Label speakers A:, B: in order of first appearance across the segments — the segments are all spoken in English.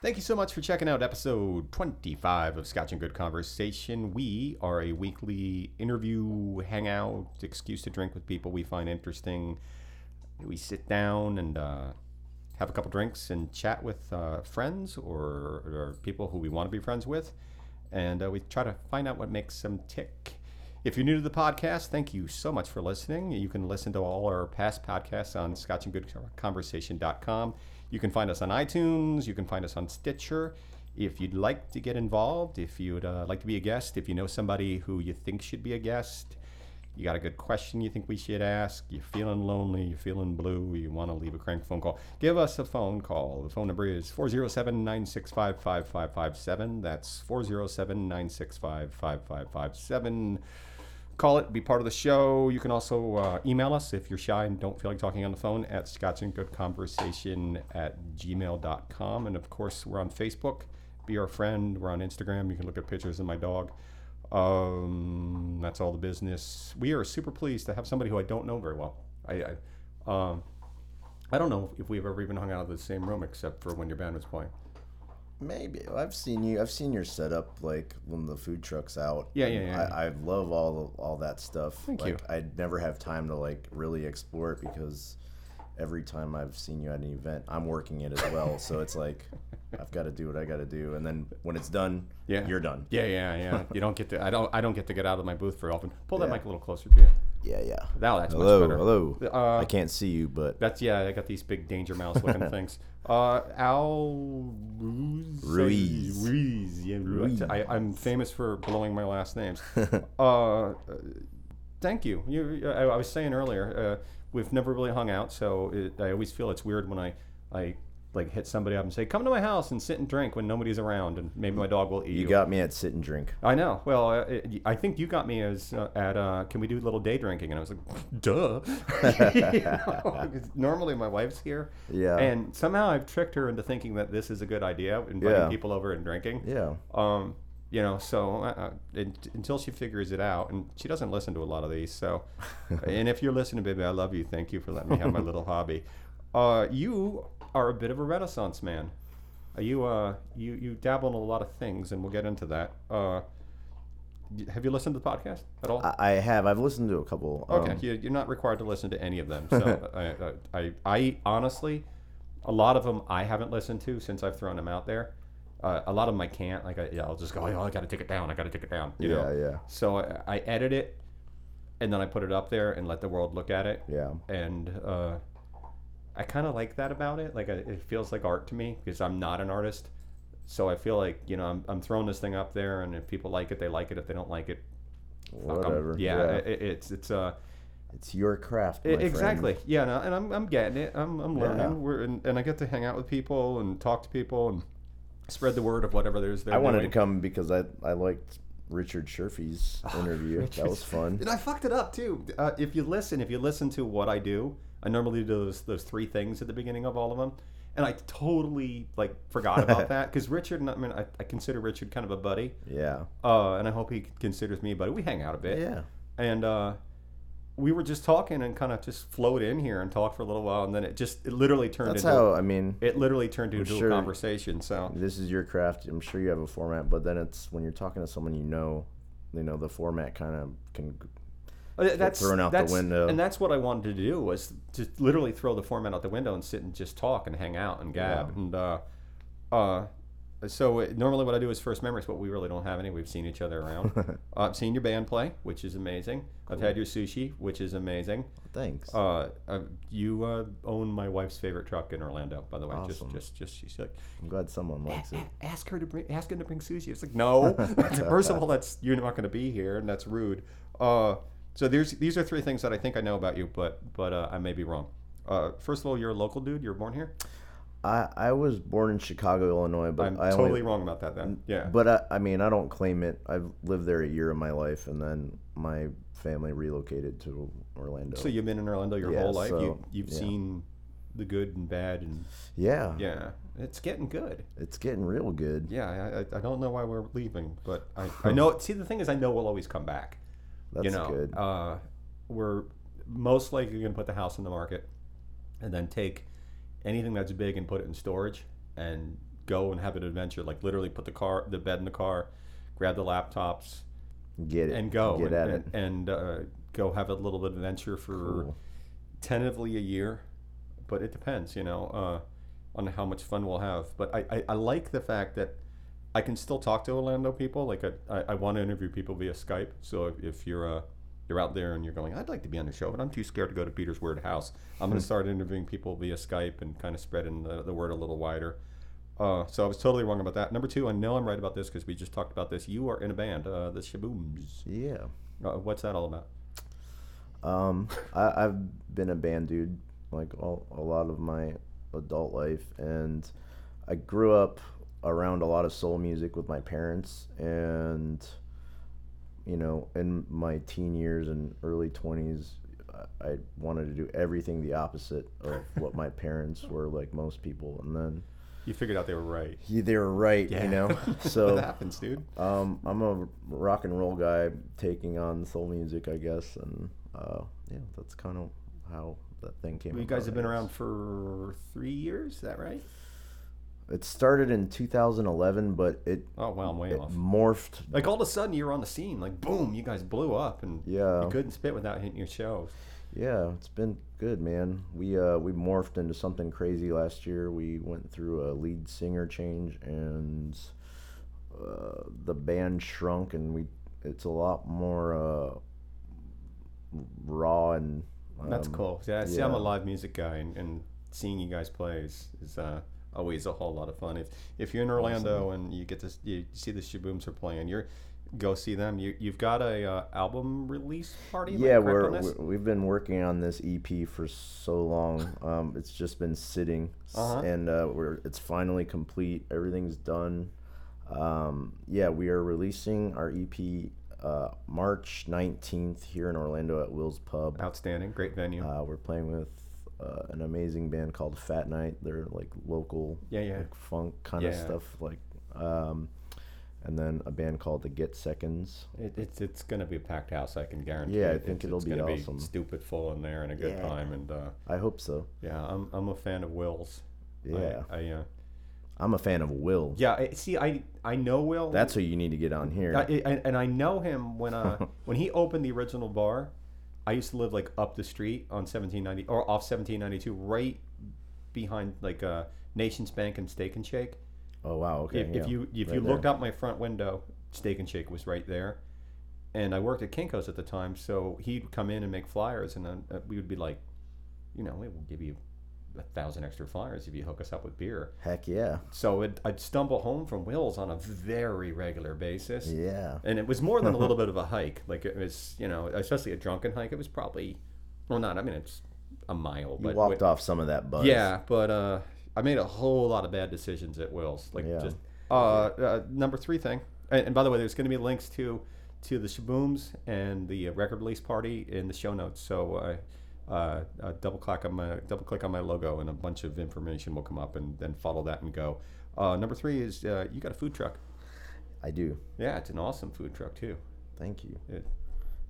A: Thank you so much for checking out episode 25 of Scotch and Good Conversation. We are a weekly interview, hangout, excuse to drink with people we find interesting. We sit down and uh, have a couple drinks and chat with uh, friends or, or people who we want to be friends with. And uh, we try to find out what makes them tick. If you're new to the podcast, thank you so much for listening. You can listen to all our past podcasts on scotchandgoodconversation.com. You can find us on iTunes. You can find us on Stitcher. If you'd like to get involved, if you'd uh, like to be a guest, if you know somebody who you think should be a guest, you got a good question you think we should ask, you're feeling lonely, you're feeling blue, you want to leave a crank phone call, give us a phone call. The phone number is 407 965 5557. That's 407 965 5557. Call it, be part of the show. You can also uh, email us if you're shy and don't feel like talking on the phone at scotchandgoodconversation at gmail.com. And of course, we're on Facebook. Be our friend. We're on Instagram. You can look at pictures of my dog. Um, that's all the business. We are super pleased to have somebody who I don't know very well. I, I, um, I don't know if we've ever even hung out in the same room except for when your band was playing.
B: Maybe I've seen you. I've seen your setup, like when the food truck's out.
A: Yeah, yeah, yeah,
B: I, I love all all that stuff.
A: Thank
B: like,
A: you.
B: I'd never have time to like really explore it because every time I've seen you at an event, I'm working it as well. so it's like I've got to do what I got to do, and then when it's done,
A: Yeah.
B: you're done.
A: Yeah, yeah, yeah. you don't get to. I don't. I don't get to get out of my booth very often. Pull that
B: Yeah.
A: mic a little closer to you.
B: Yeah, yeah.
A: Now that's
B: Hello,
A: much better.
B: hello.
A: Uh,
B: I can't see you, but
A: That's yeah. I got these big danger mouse looking things. Uh, Al Ruiz.
B: Ruiz.
A: Ruiz. Yeah, Ruiz. I, I'm famous for blowing my last names. uh, thank you. You. I, I was saying earlier, uh, we've never really hung out, so it, I always feel it's weird when I, I like hit somebody up and say, "Come to my house and sit and drink" when nobody's around, and maybe my dog will eat you.
B: you got me at sit and drink.
A: I know. Well, uh, it- I think you got me as uh, at uh, can we do little day drinking? And I was like, duh. You know, 'cause Normally my wife's here.
B: Yeah.
A: And somehow I've tricked her into thinking that this is a good idea, inviting
B: Yeah.
A: people over and drinking.
B: Yeah.
A: Um, you know, so uh, uh, un until she figures it out, and she doesn't listen to a lot of these. So, and if you're listening, baby, I love you. Thank you for letting me have my little hobby. Uh, you are a bit of a Renaissance man. Uh, You uh, you you dabble in a lot of things, and we'll get into that. Uh, y- have you listened to the podcast at all?
B: I, I have. I've listened to a couple.
A: Okay,
B: um,
A: you, you're not required to listen to any of them. So I, I, I honestly, a lot of them I haven't listened to since I've thrown them out there. Uh, a lot of them I can't. Like I, yeah, I'll just go. Oh, I got to take it down. I got to take it down. You
B: yeah,
A: know?
B: yeah,
A: So I, I edit it, and then I put it up there and let the world look at it.
B: yeah,
A: And uh, I kind of like that about it. Like I, it feels like art to me because I'm not an artist. So I feel like you know I'm, I'm throwing this thing up there, and if people like it, they like it. If they don't like it, fuck 'em.
B: Whatever.
A: Yeah, i- i- it's it's uh.
B: It's your craft.
A: I-
B: my friend.
A: E, exactly. Yeah, no, and I'm, I'm getting it. I'm, I'm learning.
B: Yeah.
A: We're and, and I get to hang out with people and talk to people and spread the word of whatever there's there.
B: I wanted to come because I I liked Richard Sherfy's
A: Ah,
B: interview. that was fun.
A: And I fucked it up too. Uh, if you listen, if you listen to what I do, I normally do those those three things at the beginning of all of them, and I totally like forgot about that because Richard. and I I mean, I, I consider Richard kind of a buddy,
B: Yeah.
A: uh, and I hope he considers me a buddy. We hang out a bit.
B: Yeah.
A: and uh, we were just talking and kind of just flowed in here and talked for a little while, and then it just it literally turned
B: That's
A: into
B: how I mean.
A: it literally turned into
B: Oh, sure-
A: a conversation. So
B: This is your craft. I'm sure you have a format, but then it's when you're talking to someone you know, you know the format kind of can.
A: that's
B: thrown out the
A: uh, that's-
B: window.
A: and that's what I wanted to do was to literally throw the format out the window and sit and just talk and hang out and gab and uh, uh, so it, normally what I do is first memories, but we really don't have any. We've seen each other around. uh, I've seen your band play, which is amazing. I've had your sushi, which is amazing.
B: Thanks.
A: Uh, uh, you uh, own my wife's favorite truck in Orlando, by the way.
B: Awesome.
A: Just, just, just she's like,
B: I'm glad someone likes it.
A: ask her to bring, ask him to bring sushi. It's like, no. First of all, that's you're not going to be here, and that's rude. Uh, so there's these are three things that I think I know about you, but but uh, I may be wrong. Uh, first of all, you're a local dude. You're born here.
B: I I was born in Chicago, Illinois, but
A: I'm
B: I
A: totally
B: only,
A: wrong about that. Then, yeah.
B: But I, I mean, I don't claim it. I've lived there a year of my life, and then my family relocated to Orlando.
A: So you've been in Orlando your
B: Yeah,
A: whole life. you,
B: so,
A: you've
B: yeah.
A: seen the good and bad, and
B: yeah,
A: yeah, it's getting good.
B: it's getting real good.
A: Yeah, I- I, I don't know why we're leaving, but I, I know. See, the thing is, I know we'll always come back.
B: That's
A: you know,
B: good.
A: Uh, we're most likely going to put the house on the market and then take anything that's big and put it in storage and go and have an adventure. Like literally, put the car, the bed in the car, grab the laptops,
B: Get it.
A: and go
B: Get
A: and,
B: at
A: and,
B: it.
A: and, uh, go have a little bit of adventure for
B: Cool.
A: tentatively a year, but it depends, you know, uh, on how much fun we'll have. But I, I, I like the fact that I can still talk to Orlando people. Like I, I, I want to interview people via Skype. So if, if you're uh, you're out there and you're going, I'd like to be on the show, but I'm too scared to go to Peter's Word House. I'm going to start interviewing people via Skype and kind of spreading the, the word a little wider. Uh, so I was totally wrong about that. Number two, I know I'm right about this because we just talked about this. You are in a band, uh, the Shabooms.
B: Yeah.
A: Uh, what's that all about?
B: Um, I, I've been a band dude like all, a lot of my adult life, and I grew up around a lot of soul music with my parents, and you know, in my teen years and early twenties, I- I wanted to do everything the opposite of what my parents were like most people, and then
A: You figured out they were right.
B: yeah, they were right,
A: Yeah.
B: you know.
A: that
B: So
A: happens, dude.
B: um, I'm a rock and roll guy taking on soul music, I guess, and uh, yeah, that's kind of how that thing came.
A: You guys have
B: about, I
A: been
B: guess.
A: around for three years, is that right?
B: It started in 2011, but it,
A: Oh wow, I'm way
B: it
A: off.
B: morphed.
A: Like all of a sudden you're on the scene, like boom, you guys blew up and
B: Yeah,
A: you couldn't spit without hitting your show.
B: yeah, it's been good, man. We uh, we morphed into something crazy last year. We went through a lead singer change, and uh, the band shrunk, and we it's a lot more uh, raw and.
A: That's
B: um,
A: cool. Yeah, see, I'm a
B: yeah.
A: live music guy, and, and seeing you guys play is, is uh, always a whole lot of fun. If if you're in Orlando and you get to s- you see the Shabooms are playing, you're go see them. You you've got a uh, album release party. am I
B: Yeah,
A: correct
B: we're,
A: on this?
B: we have been working on this EP for so long. Um, it's just been sitting, s-
A: Uh-huh.
B: and uh, we're it's finally complete. Everything's done. Um, yeah, we are releasing our EP uh, March nineteenth here in Orlando at Will's Pub.
A: outstanding, great venue.
B: Uh, we're playing with uh, an amazing band called Fat Night. They're like local
A: yeah, yeah.
B: like funk kind of
A: Yeah.
B: stuff, like. Um, and then a band called the Get Seconds.
A: It, it's it's gonna be a packed house. I can guarantee.
B: Yeah, I
A: it.
B: think
A: It's-
B: it'll
A: it's
B: be
A: gonna
B: awesome.
A: Be stupid full in there and a good
B: Yeah.
A: time. And uh,
B: I hope so.
A: yeah, I'm I'm a fan of Will's. I-
B: Yeah,
A: I, uh,
B: I'm a fan of Will.
A: yeah. I, see, I I know Will.
B: That's who you need to get on here.
A: I, I- and I know him when uh when he opened the original bar. I used to live like up the street on 1790 or off 1792, right behind like uh, Nations Bank and Steak and Shake.
B: oh wow, okay.
A: if,
B: yeah.
A: if you if
B: Right
A: you
B: there.
A: looked out my front window, Steak and Shake was right there, and I worked at Kinkos at the time, so he'd come in and make flyers, and then uh, we would be like, you know, we'll give you a thousand extra flyers if you hook us up with beer.
B: Heck yeah,
A: So it, I'd stumble home from Will's on a very regular basis,
B: yeah.
A: and it was more than a little bit of a hike. Like it was, you know, especially a drunken hike. It was probably, well, not. I mean, it's a mile, but
B: You walked off some of that buzz.
A: yeah, but uh, I made a whole lot of bad decisions at Will's. Like
B: Yeah.
A: just uh, uh, number three thing. And, and by the way, there's going to be links to to the Shabooms and the uh, record release party in the show notes. So uh, uh, uh, double click on my double click on my logo, and a bunch of information will come up, and then follow that and go. Uh, number three is uh, you got a food truck.
B: I do.
A: Yeah, it's an awesome food truck too.
B: Thank you.
A: It,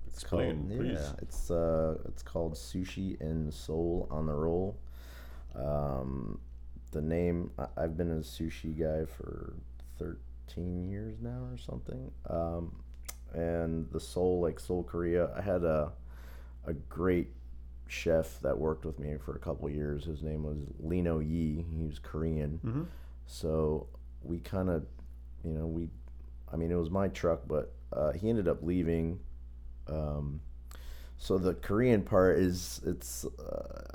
B: It's called
A: Explain, please.
B: yeah. It's uh, it's called Sushi and Soul on the Roll. Um, the name I, I've been a sushi guy for thirteen years now or something. Um, and the Soul like Soul Korea. I had a a great chef that worked with me for a couple years. His name was Lino Yi. He was Korean.
A: Mhm.
B: So we kind of, you know, we, I mean, it was my truck, but uh, he ended up leaving. Um, so the Korean part is it's uh,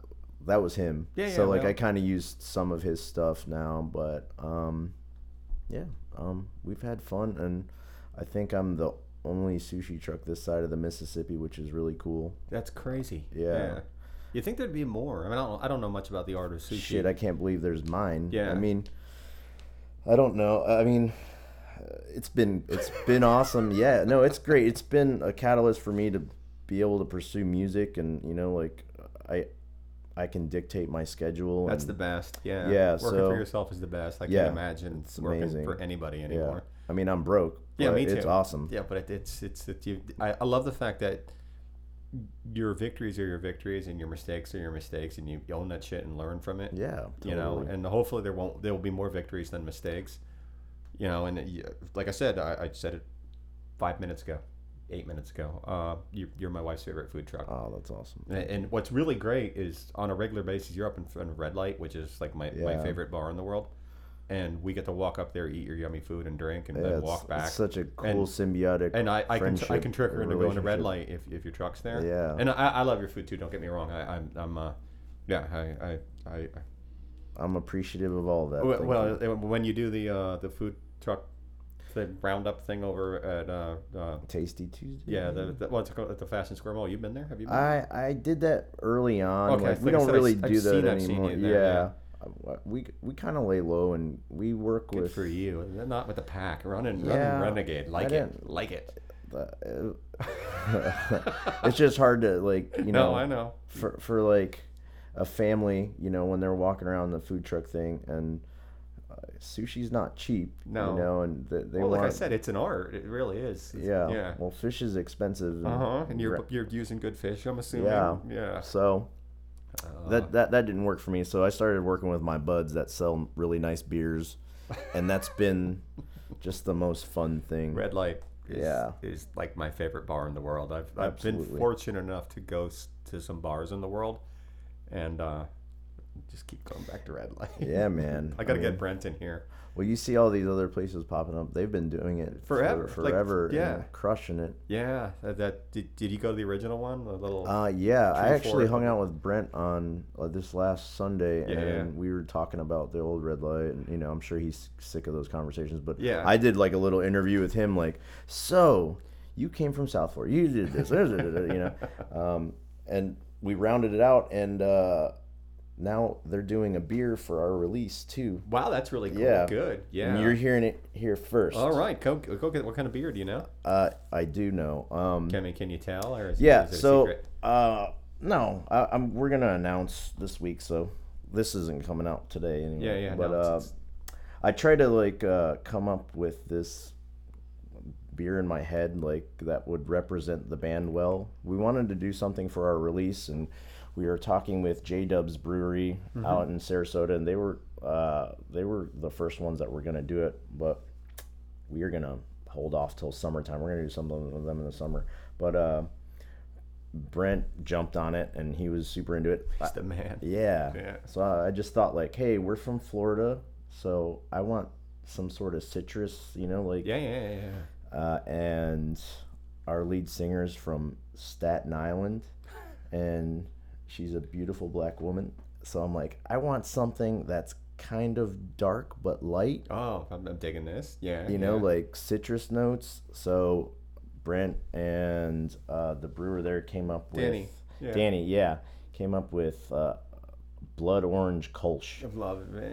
B: that was him.
A: Yeah, yeah,
B: so like
A: well-
B: I kind of used some of his stuff now, but um, yeah, um, we've had fun, and I think I'm the only sushi truck this side of the Mississippi, which is really cool.
A: that's crazy.
B: Yeah.
A: You think there'd be more? I mean, I don't, I don't know much about the art of sushi.
B: Shit, I can't believe there's mine.
A: Yeah.
B: I mean, I don't know. I mean, uh, it's been it's been awesome. Yeah. No, it's great. It's been a catalyst for me to be able to pursue music, and you know, like I I can dictate my schedule.
A: That's
B: and-
A: the best. Yeah.
B: Yeah,
A: Working
B: so-
A: for yourself is the best. I
B: Yeah,
A: can't imagine
B: it's
A: working
B: amazing.
A: for anybody
B: yeah.
A: anymore.
B: I mean, I'm broke.
A: Yeah,
B: but
A: me
B: It's
A: too.
B: awesome.
A: Yeah, but it, it's it's it, you, I, I love the fact that your victories are your victories and your mistakes are your mistakes and you own that shit and learn from it.
B: Yeah,
A: You know,
B: totally.
A: and hopefully there won't there will be more victories than mistakes. You know, and you- like I said, I, I said it five minutes ago, eight minutes ago. Uh, you, you're my wife's favorite food truck.
B: Oh, that's awesome.
A: And- And what's really great is on a regular basis, you're up in front of Red Light, which is like my, my
B: Yeah.
A: favorite bar in the world. And we get to walk up there, eat your yummy food, and drink, and
B: Yeah,
A: then
B: it's,
A: walk back.
B: it's such a cool
A: And-
B: symbiotic.
A: and I, I can I
B: friendship
A: can trick her
B: and
A: into going to Red
B: relationship.
A: Light if, if your truck's there.
B: Yeah.
A: And I, I love your food too. Don't get me wrong. I, I'm I'm uh, yeah. I I, I, I
B: I'm appreciative of all that.
A: well,
B: thank
A: well
B: you.
A: uh, when you do the uh, the food truck, the roundup thing over at uh, uh
B: Tasty Tuesday.
A: yeah the, the what's it called at the Fashion Square Mall. You've been there? Have you been?
B: I I did that early on.
A: Okay,
B: like, we
A: like I
B: don't
A: said, I
B: really
A: s- I've
B: do that
A: seen- I've seen
B: anymore.
A: you
B: yeah.
A: there, yeah.
B: I- we we kind of lay low and we work
A: Good
B: with
A: for you. Not with the pack. Running,
B: Yeah,
A: running, renegade. Like it,
B: didn't-
A: like it.
B: the, uh, it's just hard to like you know
A: No, I know.
B: for for like a family you know when they're walking around the food truck thing and uh, sushi's not cheap
A: No.
B: you know and th- they
A: Well,
B: want
A: like I said, it's an art. It really is. It's-
B: yeah
A: Yeah.
B: well fish is expensive and,
A: Uh huh. And you're
B: ra-
A: you're using good fish. I'm assuming.
B: Yeah.
A: Yeah.
B: so
A: Uh,
B: that, that that didn't work for me so i started working with my buds that sell really nice beers and that's been just the most fun thing
A: Red Light is,
B: Yeah.
A: is like my favorite bar in the world. I've, I've been
B: Absolutely.
A: fortunate enough to go s- to some bars in the world and uh, just keep going back to Red Light.
B: yeah man
A: I got to
B: mean,
A: get Brent in here.
B: Well, you see all these other places popping up. They've been doing it for-
A: Forever, like,
B: forever,
A: yeah.
B: and crushing it.
A: Yeah. That, that did, did you go to the original one? The little.
B: Uh, yeah, I
A: True
B: actually
A: form.
B: hung out with Brent on uh, this last Sunday,
A: Yeah, yeah.
B: and we were talking about the old red light, and you know, I'm sure he's sick of those conversations, but
A: Yeah.
B: I did like a little interview with him, like, so you came from South Florida, you did this, you know, um, and we rounded it out, and uh, now they're doing a beer for our release too.
A: wow, that's really cool.
B: yeah.
A: Good.
B: And you're
A: Yeah.
B: hearing it here first.
A: All right. Go, go get What kind of beer do you know?
B: Uh, I do know. Um,
A: Can, can you tell? Or is,
B: Yeah.
A: Is it a
B: so,
A: secret?
B: uh, no, I, I'm we're gonna announce this week, so this isn't coming out today anyway.
A: Yeah, yeah,
B: But
A: no,
B: uh,
A: it's-
B: I try to like uh, come up with this beer in my head like that would represent the band well. We wanted to do something for our release, and we were talking with J Dub's Brewery out in Sarasota, and they were uh, they were the first ones that were gonna do it, but we are gonna hold off till summertime. We're gonna do something with them in the summer, but. Uh, Brent jumped on it and he was super into it.
A: He's the man.
B: Yeah.
A: Yeah.
B: So I I just thought like, hey, we're from Florida, so I want some sort of citrus, you know, like
A: Yeah, yeah, yeah. yeah.
B: uh, and our lead singer's from Staten Island and she's a beautiful black woman. So I'm like, I want something that's kind of dark but light,
A: Oh, I'm, I'm digging this. Yeah.
B: you know,
A: yeah.
B: like citrus notes. So Brent and uh, the brewer there came up with
A: Danny. Yeah.
B: Danny, yeah, came up with uh, blood orange Kolsch.
A: Of love. eh,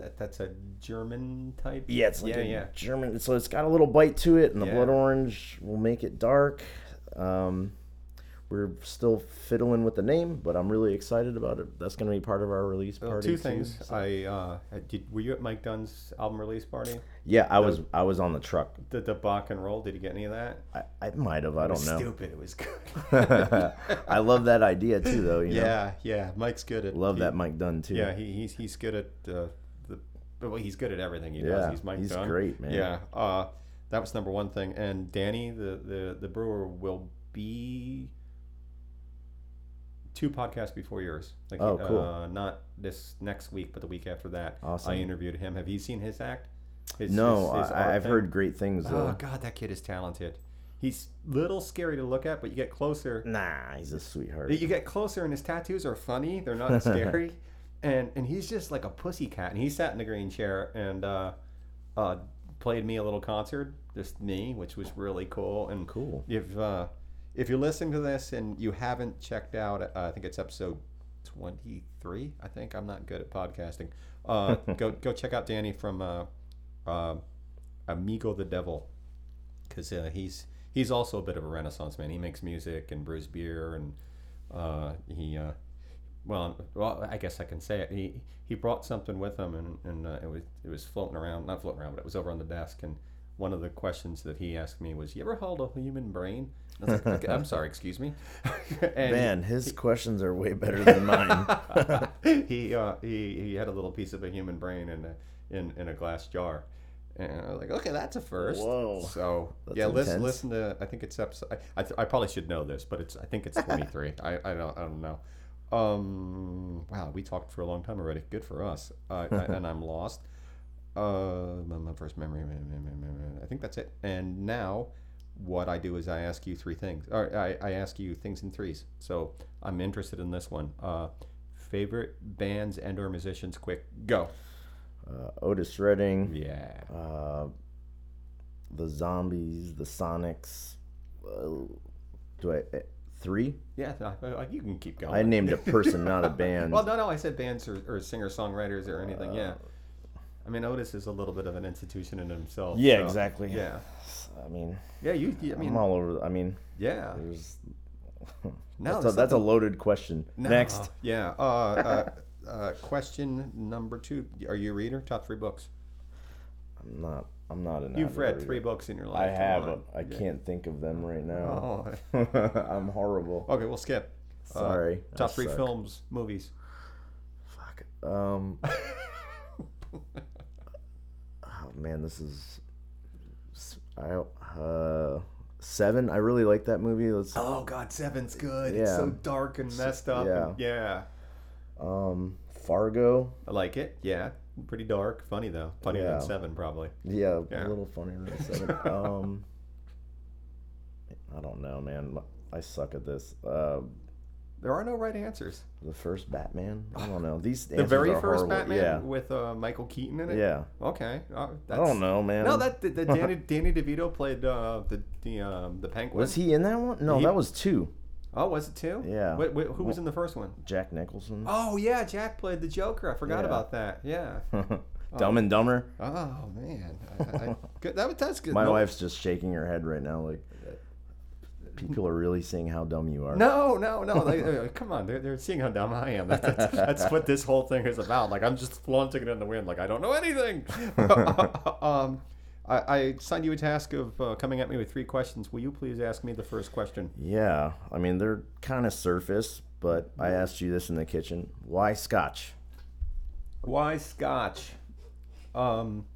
A: that- That's a German type.
B: Yeah, it's like
A: yeah,
B: a
A: yeah.
B: German. So it's got a little bite to it, and the
A: Yeah.
B: blood orange will make it dark. Um, we're still fiddling with the name, but I'm really excited about it. That's going to be part of our release party.
A: Well, Oh, two
B: too.
A: things. I uh, I did. Were you at Mike Dunn's album release party?
B: Yeah, I was I was on the truck.
A: The the Bach and Roll. Did you get any of that?
B: I, I might have. I don't know.
A: Stupid. It was good.
B: I love that idea too, though. You know?
A: yeah, yeah. Mike's good at.
B: love
A: he-
B: that Mike Dunn too.
A: Yeah, he, he's he's good at uh, the. Well, he's good at everything he
B: Yeah,
A: does. He's Mike
B: he's
A: Dunn.
B: great, man.
A: Yeah. Uh, that was number one thing. And Danny, the the the brewer, will be two podcasts before yours. Like,
B: Oh, cool.
A: Uh, not this next week, but the week after that.
B: Awesome.
A: I interviewed him. Have you seen his act? His,
B: No,
A: his- his art
B: I, I've
A: thing?
B: heard uh, great things
A: Oh
B: though.
A: God, that kid is talented. He's little scary to look at, but you get closer.
B: Nah, he's a sweetheart.
A: You get closer, and his tattoos are funny. They're not scary, and and he's just like a pussy cat. And he sat in the green chair and uh, uh, played me a little concert, just me, which was really cool. And
B: Cool.
A: if uh, if you're listening to this and you haven't checked out, uh, I think it's episode 23. I think I'm not good at podcasting. Uh, go go check out Danny from uh, uh, Amigo the Devil, because uh, he's he's also a bit of a Renaissance man. He makes music and brews beer, and uh, he. Uh, well, well, I guess I can say it. He he brought something with him, and, and uh, it was it was floating around, not floating around, but it was over on the desk, and one of the questions that he asked me was, "You ever held a human brain?" And I was like, "Okay, I'm sorry, excuse me. and
B: Man, his questions are way better than mine.
A: he, uh, he he had a little piece of a human brain in a in, in a glass jar, and I was like, "Okay, that's a first.
B: Whoa.
A: So
B: That's
A: yeah, listen
B: intense.
A: listen to. I think it's episode. I, I, th- I probably should know this, but it's I think it's 23. I, I don't I don't know. Um, wow, we talked for a long time already. Good for us. Uh, I- and I'm lost. Uh, my, my first memory. meh, meh, meh, meh, meh. I think that's it. And now, what I do is I ask you three things, or I, I ask you things in threes. So I'm interested in this one. Uh, favorite bands and/or musicians. Quick, go.
B: Uh, Otis Redding,
A: Yeah.
B: uh, the Zombies, the Sonics. Uh, do I eh, three?
A: Yeah. I, I, you can keep going.
B: I named a person, not a band.
A: Oh, Well, no, no, I said bands or, or singer songwriters or anything. yeah. I mean, Otis is a little bit of an institution in himself.
B: Uh, Yeah,
A: so-
B: exactly.
A: Yeah.
B: I mean,
A: Yeah. You. you I mean.
B: I'm all over. I mean,
A: yeah.
B: there's
A: No.
B: that's, a,
A: there's
B: that's a loaded question.
A: no-
B: Next,
A: Yeah. Uh, uh, uh, question number two: Are you a reader? Top three books.
B: I'm not. I'm not an.
A: You've
B: avid
A: read
B: reader.
A: three books in your life.
B: I
A: come
B: have.
A: on.
B: I can't think of them right now.
A: Oh.
B: I'm horrible.
A: Okay. We'll skip. Uh,
B: Sorry. I
A: top three
B: suck.
A: films, movies.
B: Fuck. Um. oh man, this is. s- I uh, seven. I really like that movie. Let's.
A: Oh God, Seven's good. It's
B: Yeah.
A: so dark and messed up.
B: yeah.
A: and- yeah.
B: Um. Fargo.
A: I like it. Yeah. Pretty dark. Funny though. Funnier
B: Yeah.
A: than Seven probably.
B: Yeah,
A: Yeah.
B: a little funnier than seven. um. I don't know, man. I suck at this. Uh,
A: There are no right answers.
B: the first Batman. I don't know. These
A: The very first
B: horrible.
A: Batman
B: Yeah.
A: with uh, Michael Keaton in it.
B: Yeah. Oh,
A: Okay. Uh,
B: I
A: that's,
B: don't know, man.
A: No, that the, the Danny, Danny DeVito played uh, the the um, the Penguin.
B: was he in that one? No,
A: He-
B: that was two.
A: Oh, was it too?
B: Yeah.
A: Wait, wait, who was in the first one?
B: Jack Nicholson.
A: Oh yeah, Jack played the Joker. I forgot
B: Yeah.
A: about that. Yeah.
B: Dumb and Dumber.
A: Oh man, I, I, I- good. That, was- that's good.
B: My
A: no,
B: wife's just shaking her head right now, like people are really seeing how dumb you are.
A: No, no, no. They, uh, come on, they're, they're seeing how dumb I am. That, that's, that's what this whole thing is about. Like I'm just flaunting it in the wind. Like I don't know anything. um, I, I signed you a task of uh, coming at me with three questions. Will you please ask me the first question?
B: Yeah, I mean they're kind of surface, but I asked you this in the kitchen. Why Scotch?
A: Why Scotch? Um,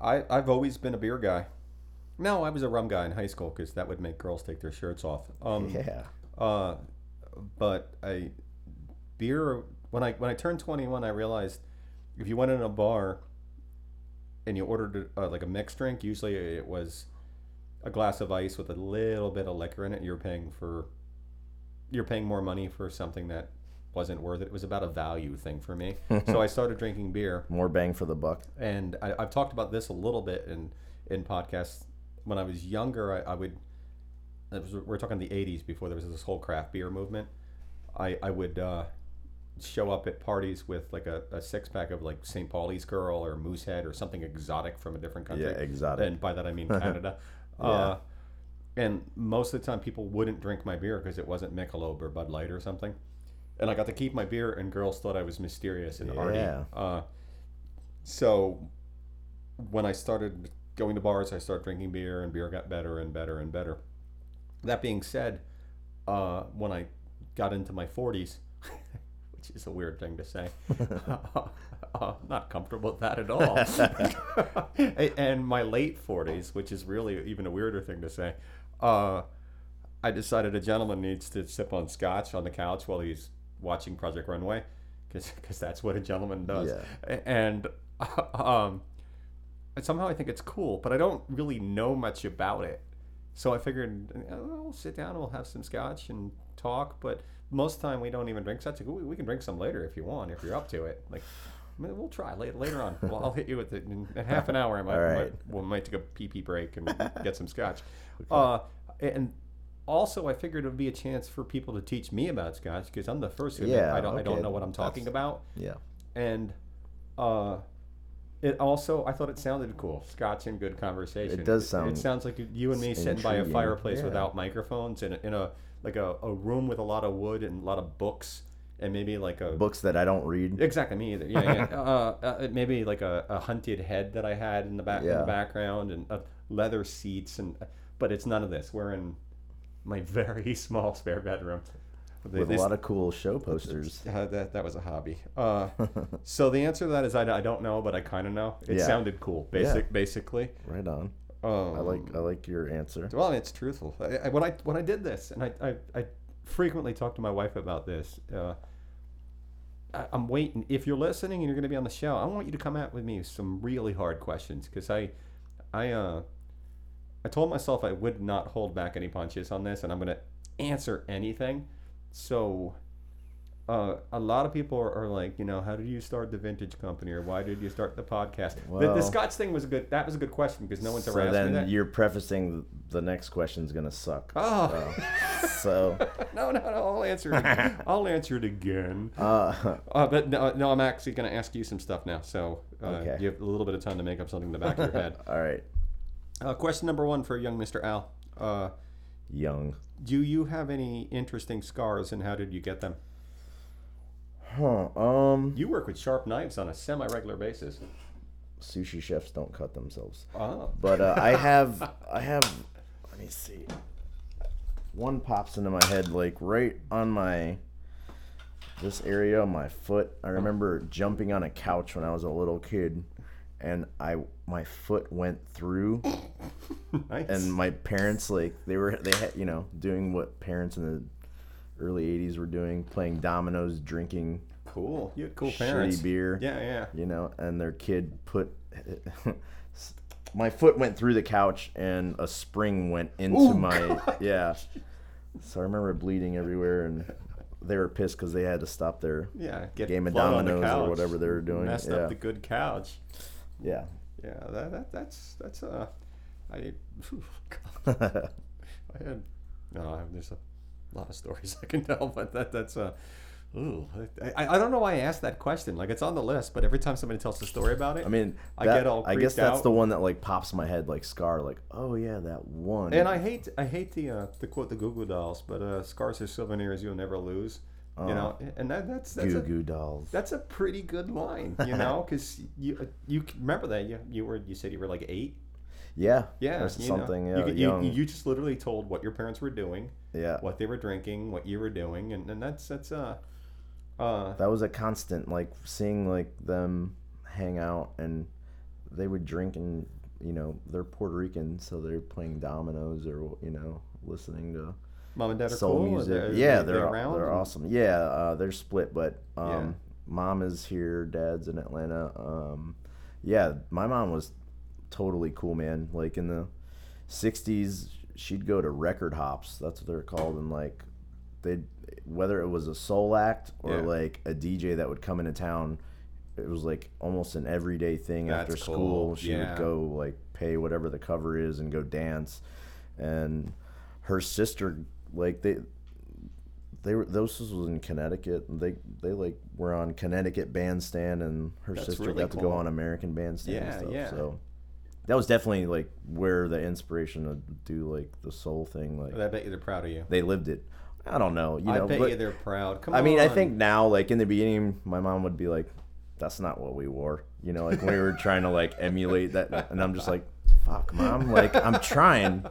A: I I've always been a beer guy. No, I was a rum guy in high school because that would make girls take their shirts off. Um,
B: Yeah,
A: Uh, but I beer when I when I turned 21, I realized if you went in a bar and you ordered uh, like a mixed drink, usually it was a glass of ice with a little bit of liquor in it. You're paying for you're paying more money for something that wasn't worth it. It was about a value thing for me. so I started drinking beer
B: more bang for the buck.
A: and I, I've talked about this a little bit in in podcasts. When I was younger, I, I would. It was, we're talking the '80s before there was this whole craft beer movement. I I would uh, show up at parties with like a, a six pack of like St. Pauli's Girl or Moosehead or something exotic from a different country.
B: Yeah, exotic.
A: And by that I mean Canada. uh, and most of the time, people wouldn't drink my beer because it wasn't Michelob or Bud Light or something. And I got to keep my beer, and girls thought I was mysterious and
B: Yeah.
A: arty. Uh, so when I started going to bars, I started drinking beer, and beer got better and better and better. That being said, uh, when I got into my 40s, which is a weird thing to say, I'm not comfortable with that at all. A- and my late 40s, which is really even a weirder thing to say, uh, I decided a gentleman needs to sip on scotch on the couch while he's watching Project Runway, because that's what a gentleman does.
B: Yeah.
A: A- And um, and somehow I think it's cool, but I don't really know much about it. So I figured oh, we'll sit down, we'll have some scotch and talk. But most of the time we don't even drink scotch. Like, "Ooh, we can drink some later if you want, if you're up to it. Like "I mean, we'll try later, later on. Well, I'll hit you with it in, in half an hour. I might,
B: All
A: might-
B: right.
A: we'll might take a pee pee break and get some scotch. Uh, and also I figured it would be a chance for people to teach me about scotch because I'm the first who
B: Yeah,
A: I don't I don't
B: okay,
A: know what I'm talking about
B: Yeah,
A: and uh, it also I thought it sounded cool. Scotch and good conversation.
B: It does
A: It- It,
B: sound-
A: sounds like you- you and me
B: it's
A: sitting by a
B: intriguing,
A: fireplace
B: yeah.
A: without microphones in a, in a like a, a room with a lot of wood and a lot of books and maybe like a
B: Books that I don't read.
A: Exactly, me either. Yeah, yeah. uh, uh, maybe like a, a hunted head that I had in the back in
B: Yeah.
A: the background, and uh, leather seats, and uh, but it's none of this. We're in my very small spare bedroom.
B: With
A: This-
B: a lot of cool show posters.
A: uh, that that was a hobby. Uh, so the answer to that is I, I don't know, but I kind of know. It
B: Yeah.
A: sounded cool, basic, basically.
B: Right on.
A: Um,
B: I like I like your answer.
A: Well, and it's truthful. I, I, when I when I did this, and I, I, I frequently talk to my wife about this. Uh, I, I'm waiting. If you're listening and you're going to be on the show, I want you to come out with me with some really hard questions because I, I, uh, I told myself I would not hold back any punches on this, and I'm going to answer anything. So. Uh, a lot of people are, are like, you know, how did you start the vintage company, or why did you start the podcast? the,
B: Well-
A: the Scotch thing was a good. That was a good question because no one's ever
B: so
A: asked me
B: then
A: that.
B: you're prefacing the next question's gonna suck.
A: oh,
B: So
A: no, no, no. I'll answer it. ag- I'll answer it again.
B: uh,
A: Uh, but no, no, I'm actually going to ask you some stuff now. So uh,
B: Okay.
A: you have a little bit of time to make up something in the back of your head.
B: all right,
A: Uh, question number one for young Mr. Al. Uh,
B: young.
A: do you have any interesting scars and how did you get them?
B: Huh. Um,
A: You work with sharp knives on a semi regular basis.
B: sushi chefs don't cut themselves.
A: Oh.
B: But uh, I have, I have. Let me see. One pops into my head, like right on my this area on my foot. I remember jumping on a couch when I was a little kid, and I my foot went through,
A: Nice.
B: and my parents like they were they had you know doing what parents in the early '80s were doing, playing dominoes, drinking
A: cool. You had cool parents.
B: shitty beer
A: Yeah, yeah.
B: you know, and their kid put my foot went through the couch and a spring went into
A: Oh,
B: my yeah. So I remember bleeding everywhere and they were pissed because they had to stop their
A: Yeah. Get
B: game of
A: blood on the
B: dominoes or
A: couch.
B: whatever they were doing.
A: Messed
B: yeah,
A: up the good couch.
B: yeah.
A: Yeah, that, that that's that's uh, I, phew, God. I had no, I- there's a lot of stories I can tell, but that that's uh, ooh, I, I I don't know why I asked that question. Like it's on the list, but every time somebody tells a story about it,
B: I mean,
A: I
B: that-
A: get all
B: I guess
A: freaked
B: that's
A: out.
B: the one that like pops in my head like scar, like oh yeah, that one.
A: and I hate I hate the uh, to quote the Goo Goo Dolls, but uh, scars are souvenirs you'll never lose. you know, and that that's that's
B: Oh. Goo
A: a,
B: Goo Dolls.
A: that's a pretty good line, you know, because you uh, you remember that you you were you said you were like eight.
B: Yeah,
A: Yeah,
B: or
A: you know.
B: something.
A: You
B: Yeah,
A: could- you,
B: young.
A: you, just literally told what your parents were doing,
B: yeah,
A: what they were drinking, what you were doing, and, and that's that's uh, uh,
B: that was a constant like seeing like them hang out and they would drink and you know they're puerto rican so they're playing dominoes or you know listening to
A: mom and dad are
B: soul
A: cool. and
B: music yeah
A: they-
B: they're they're,
A: around. and-
B: awesome yeah uh, they're split but um
A: Yeah.
B: mom is here dad's in atlanta um yeah my mom was totally cool man like in the 60s she'd go to record hops that's what they're called and like they whether it was a soul act or
A: Yeah.
B: like a dj that would come into town it was like almost an everyday thing after
A: That's
B: school
A: cool,
B: she
A: yeah.
B: would go like pay whatever the cover is and go dance and her sister like they they were those was in Connecticut and they they like were on Connecticut bandstand and her
A: That's
B: sister
A: really
B: got to
A: cool.
B: go on American bandstand and
A: Yeah,
B: stuff.
A: yeah.
B: So that was definitely like where the inspiration to do like the soul thing like
A: I bet you they're proud of you.
B: they lived it. I don't know, you know,
A: I bet
B: but
A: you they're proud. Come
B: I
A: on.
B: mean, I think now like in the beginning my mom would be like that's not what we wore. You know, like we were trying to like emulate that and I'm just like fuck mom, like I'm trying.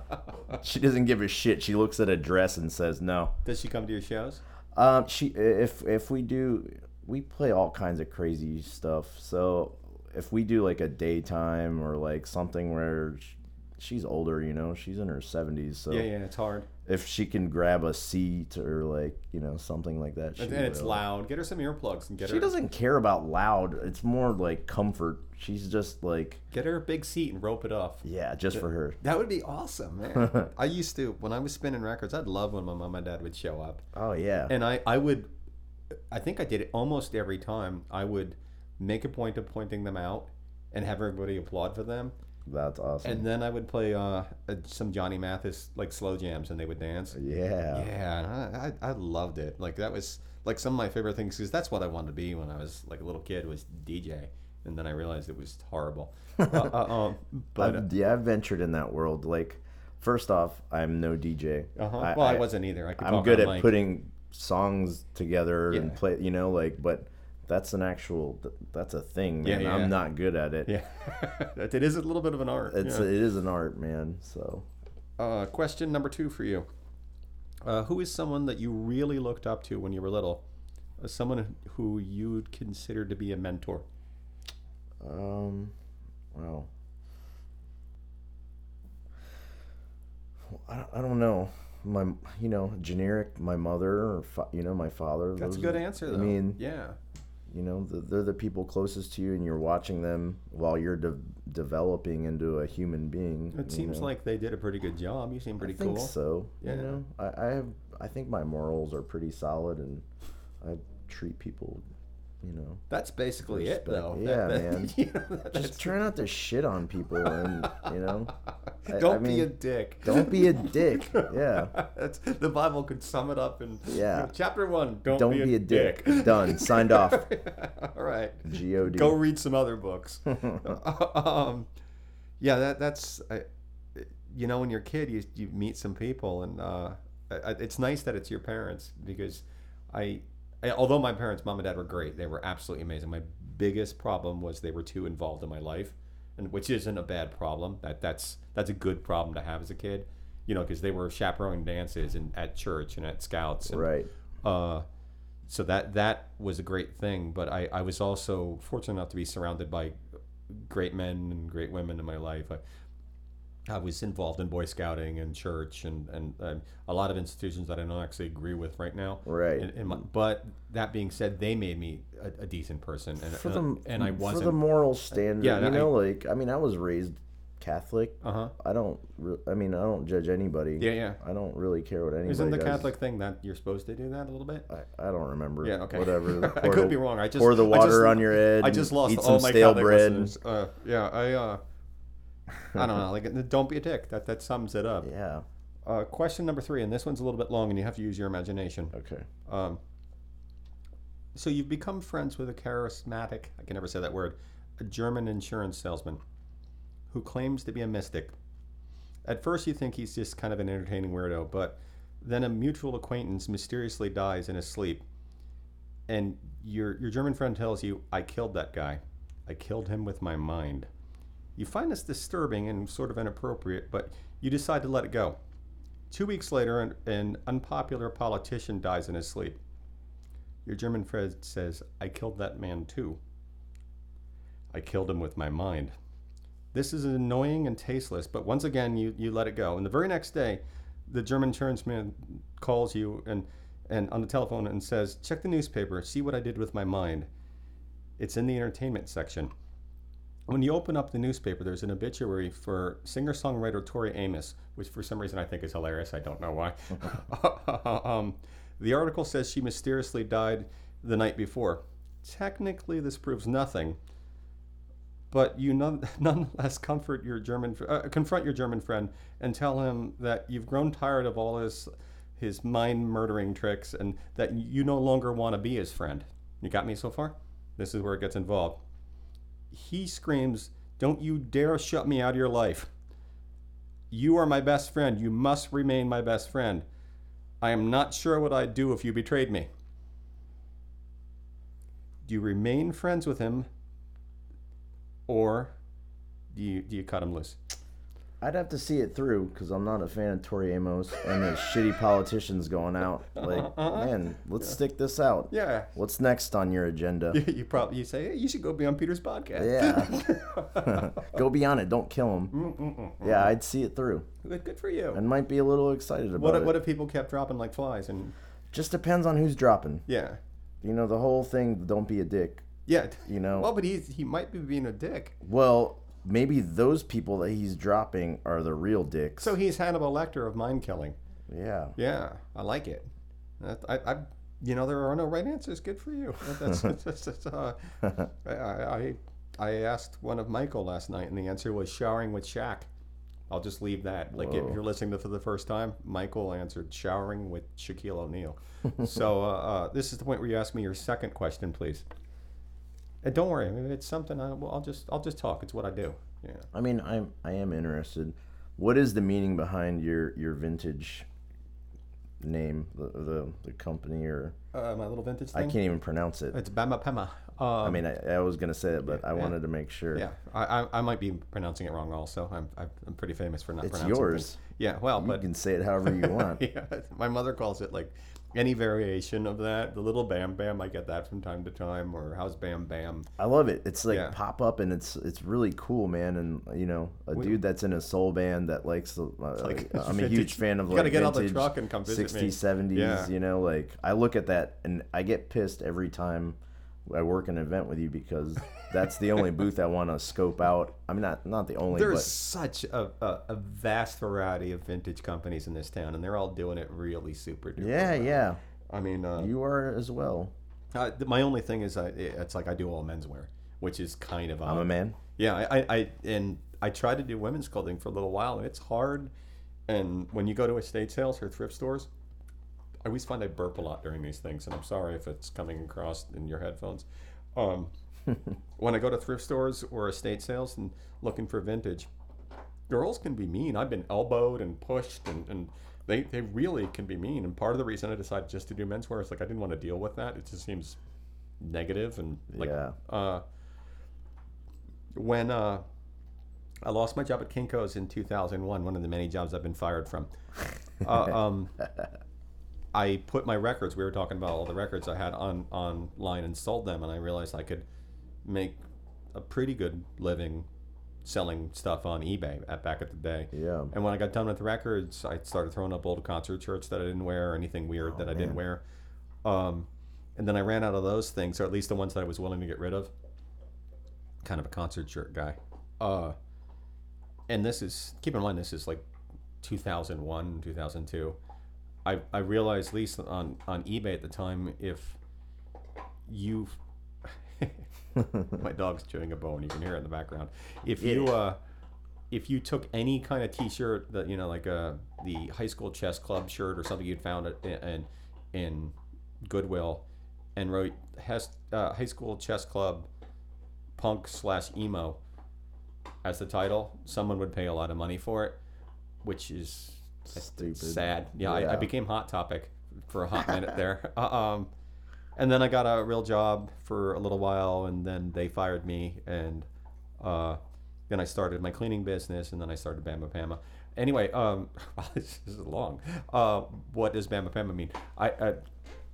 B: She doesn't give a shit. She looks at a dress and says no.
A: Does she come to your shows?
B: Um, she if if we do, we play all kinds of crazy stuff. So if we do like a daytime or like something where sh- she's older, you know, she's in her seventies. So
A: Yeah, yeah, it's hard.
B: if she can grab a seat or like you know something like that, she
A: And, and it's
B: will.
A: loud. Get her some earplugs and get
B: She
A: her
B: doesn't care about loud. It's more like comfort. She's just like
A: get her a big seat and rope it off.
B: yeah, just for her.
A: That would be awesome, man. I used to when I was spinning records. I'd love when my mom and dad would show up.
B: Oh yeah,
A: and I, I would i think i did it almost every time i would make a point of pointing them out and have everybody applaud for them
B: that's awesome.
A: and then i would play uh, uh, some johnny mathis like slow jams and they would dance
B: yeah.
A: yeah and I, I, I loved it like that was like some of my favorite things because that's what i wanted to be when i was like a little kid was dj and then i realized it was horrible uh, uh, um, but
B: I've, yeah, I've ventured in that world. Like, first off, I'm no DJ.
A: uh-huh. well i, wasn't either i could
B: I'm
A: talk
B: good
A: on a
B: at
A: mic.
B: putting songs together and
A: Yeah.
B: play, you know, like, but that's an actual, th- that's a thing,
A: Yeah,
B: man.
A: yeah.
B: I'm not good at it.
A: Yeah, it is a little bit of an art.
B: It's,
A: yeah.
B: it is an art, man. So
A: Uh, question number two for you. Uh, who is someone that you really looked up to when you were little? Uh, Someone who you'd consider to be a mentor.
B: Um, wow. Well, I don't, I don't know. My, you know, generic, my mother or, fa- you know, my father.
A: That's a
B: those
A: good
B: are-
A: answer,
B: I
A: though.
B: Mm, mean-
A: yeah,
B: You know, the, they're the people closest to you and you're watching them while you're de- developing into a human being.
A: it
B: you
A: seems
B: know.
A: like they did a pretty good job. You seem pretty
B: I think
A: cool.
B: so.
A: Yeah.
B: You know, I, I have, I think my morals are pretty solid and I treat people, you know,
A: That's basically it,
B: Respect.
A: though.
B: Yeah, man.
A: you know, that-
B: just try not to shit on people and, you know, I- I
A: don't be a
B: mean,
A: dick.
B: don't be a dick. Yeah.
A: That's, the Bible could sum it up in
B: Yeah.
A: chapter one. Don't,
B: Don't be a dick. Done. Signed off.
A: All right.
B: God.
A: Go read some other books. um, yeah, that that's I, you know when you're a kid you you meet some people and uh, I- I- it's nice that it's your parents because I, I although my parents mom and dad were great they were absolutely amazing my biggest problem was they were too involved in my life and which isn't a bad problem that that's that's a good problem to have as a kid you know because they were chaperoning dances and at church and at scouts and
B: right.
A: uh, so that that was a great thing. But I, I was also fortunate enough to be surrounded by great men and great women in my life. I, I was involved in Boy Scouting and church and, and um a lot of institutions that I don't actually agree with right now.
B: Right.
A: In, in my, but that being said, they made me a, a decent person, and,
B: For the
A: and I
B: for the
A: wasn't.
B: moral standard.
A: Yeah,
B: you
A: I-
B: know, like I mean, I was raised Catholic.
A: Uh huh.
B: I don't. Re- I mean, I don't judge anybody.
A: Yeah, yeah.
B: I don't really care what anybody.
A: Isn't the
B: does.
A: Catholic thing that you're supposed to do that a little bit?
B: I, I don't remember.
A: Yeah, okay.
B: Whatever.
A: I
B: Pour
A: could
B: the-
A: be wrong. I just
B: Pour the
A: I just-
B: water on your head.
A: I just
B: and
A: lost
B: eat
A: all
B: some
A: my
B: stale
A: Catholic
B: bread.
A: listeners. Uh, yeah, I, uh, I don't know. Like, don't be a dick. That that sums it up.
B: Yeah.
A: Uh, question number three, and this one's a little bit long, and you have to use your imagination.
B: Okay.
A: Um, so you've become friends with a charismatic, I can never say that word, a German insurance salesman who claims to be a mystic. At first, you think he's just kind of an entertaining weirdo, but then a mutual acquaintance mysteriously dies in his sleep, and your your German friend tells you, "I killed that guy. I killed him with my mind." You find this disturbing and sort of inappropriate, but you decide to let it go. Two weeks later, an, an unpopular politician dies in his sleep. Your German friend says, I killed that man too. I killed him with my mind. This is annoying and tasteless, but once again, you, you let it go. And the very next day, the German insurance man calls you and, and on the telephone and says, Check the newspaper, see what I did with my mind. It's in the entertainment section. When you open up the newspaper, there's an obituary for singer songwriter Tori Amos, which for some reason I think is hilarious. I don't know why. um, the article says she mysteriously died the night before. Technically, this proves nothing, but you none, nonetheless comfort your German fr- uh, confront your German friend and tell him that you've grown tired of all his his mind murdering tricks and that you no longer want to be his friend. You got me so far? This is where it gets involved he screams, Don't you dare shut me out of your life. You are my best friend. You must remain my best friend. I am not sure what I'd do if you betrayed me. Do you remain friends with him or do you, do you cut him loose?
B: I'd have to see it through because I'm not a fan of Tori Amos and his shitty politicians going out. Like, man, let's stick this out.
A: Yeah.
B: What's next on your agenda?
A: You probably you say, hey, you should go be on Peter's podcast.
B: Yeah. Go be on it. Don't kill
A: Mm,
B: him. Yeah, I'd see it through.
A: Good, good for you.
B: And might be a little excited about
A: What if,
B: it.
A: what if people kept dropping like flies? And
B: Just depends on who's dropping.
A: yeah.
B: You know, the whole thing, don't be a dick.
A: Yeah.
B: You know-
A: Well, but he's, he might be being a dick.
B: Well, maybe those people that he's dropping are the real dicks.
A: So he's Hannibal Lecter of mind killing.
B: yeah.
A: Yeah, I like it. That- I, I, you know, there are no right answers. Good for you. That's, that's, that's, uh, I, I, I asked one of Michael last night, and the answer was showering with Shaq. I'll just leave that. Like, if you're listening to for the first time, Michael answered showering with Shaquille O'Neal. so, uh, uh, this is the point where you ask me your second question, please. And don't worry, I mean, if it's something I, well, I'll just, I'll just talk. It's what I do. Yeah.
B: I mean, I'm I am interested. What is the meaning behind your your vintage name, the the, the company, or
A: Uh, my little vintage
B: I
A: thing.
B: can't even pronounce it.
A: It's Bama Pema. Um,
B: I mean, I, I was gonna say it, but I
A: yeah.
B: wanted to make sure.
A: yeah, I, I, I might be pronouncing it wrong. Also, I'm I'm- I'm pretty famous for not
B: It's
A: pronouncing
B: yours.
A: things. Yeah, well,
B: You
A: but
B: can say it however you want.
A: yeah, my mother calls it like any variation of that. The little Bam Bam, I get that from time to time. Or how's Bam Bam?
B: I love it. It's like
A: Yeah.
B: pop up, and it's it's really cool, man. And you know, a dude that's in a soul band that likes the. Uh,
A: like
B: I'm a
A: vintage-
B: huge fan of
A: you
B: like
A: gotta get out the
B: vintage
A: truck and come visit me.
B: 60s, 70s.
A: Yeah.
B: You know, like I look at that and I get pissed every time I work an event with you because that's the only booth I want to scope out. I'm not not the only.
A: There's
B: but
A: such a, a, a vast variety of vintage companies in this town, and they're all doing it really super duper.
B: yeah,
A: well.
B: yeah,
A: I mean, uh,
B: you are as well.
A: I, th- my only thing is, I, it's like I do all menswear, which is kind of
B: I'm a
A: odd.
B: man.
A: yeah, I, I, I and I tried to do women's clothing for a little while, and it's hard. And when you go to estate sales or thrift stores, I always find I burp a lot during these things, and I'm sorry if it's coming across in your headphones. Um, when I go to thrift stores or estate sales and looking for vintage, girls can be mean. I've been elbowed and pushed, and, and they, they really can be mean. And part of the reason I decided just to do menswear is like I didn't want to deal with that. It just seems negative and like
B: yeah,
A: uh, when uh, I lost my job at Kinko's in 2001, one of the many jobs I've been fired from. Uh, um, I put my records. We were talking about all the records I had on online and sold them, and I realized I could make a pretty good living selling stuff on eBay at, back at the day.
B: yeah.
A: And when I got done with the records, I started throwing up old concert shirts that I didn't wear or anything weird that I didn't wear. Um, and then I ran out of those things, or at least the ones that I was willing to get rid of. Kind of a concert shirt guy. Uh, and this is, keep in mind, this is like 2001, 2002. I, I realized, at least on, on eBay at the time, if you. My dog's chewing a bone. You can hear it in the background. If you. Uh, if you took any kind of T-shirt that you know, like uh, the high school chess club shirt or something you'd found at- in in Goodwill, and wrote Hes, uh, high school chess club punk slash emo as the title, someone would pay a lot of money for it, which is
B: Stupid.
A: sad. Yeah, I,
B: Yeah.
A: I became hot topic for a hot minute there. Uh, um, and then I got a real job for a little while, and then they fired me, and uh, then I started my cleaning business, and then I started Bama Pama. Anyway, um, wow, this is long. Uh, what does Bama Pama mean? I, I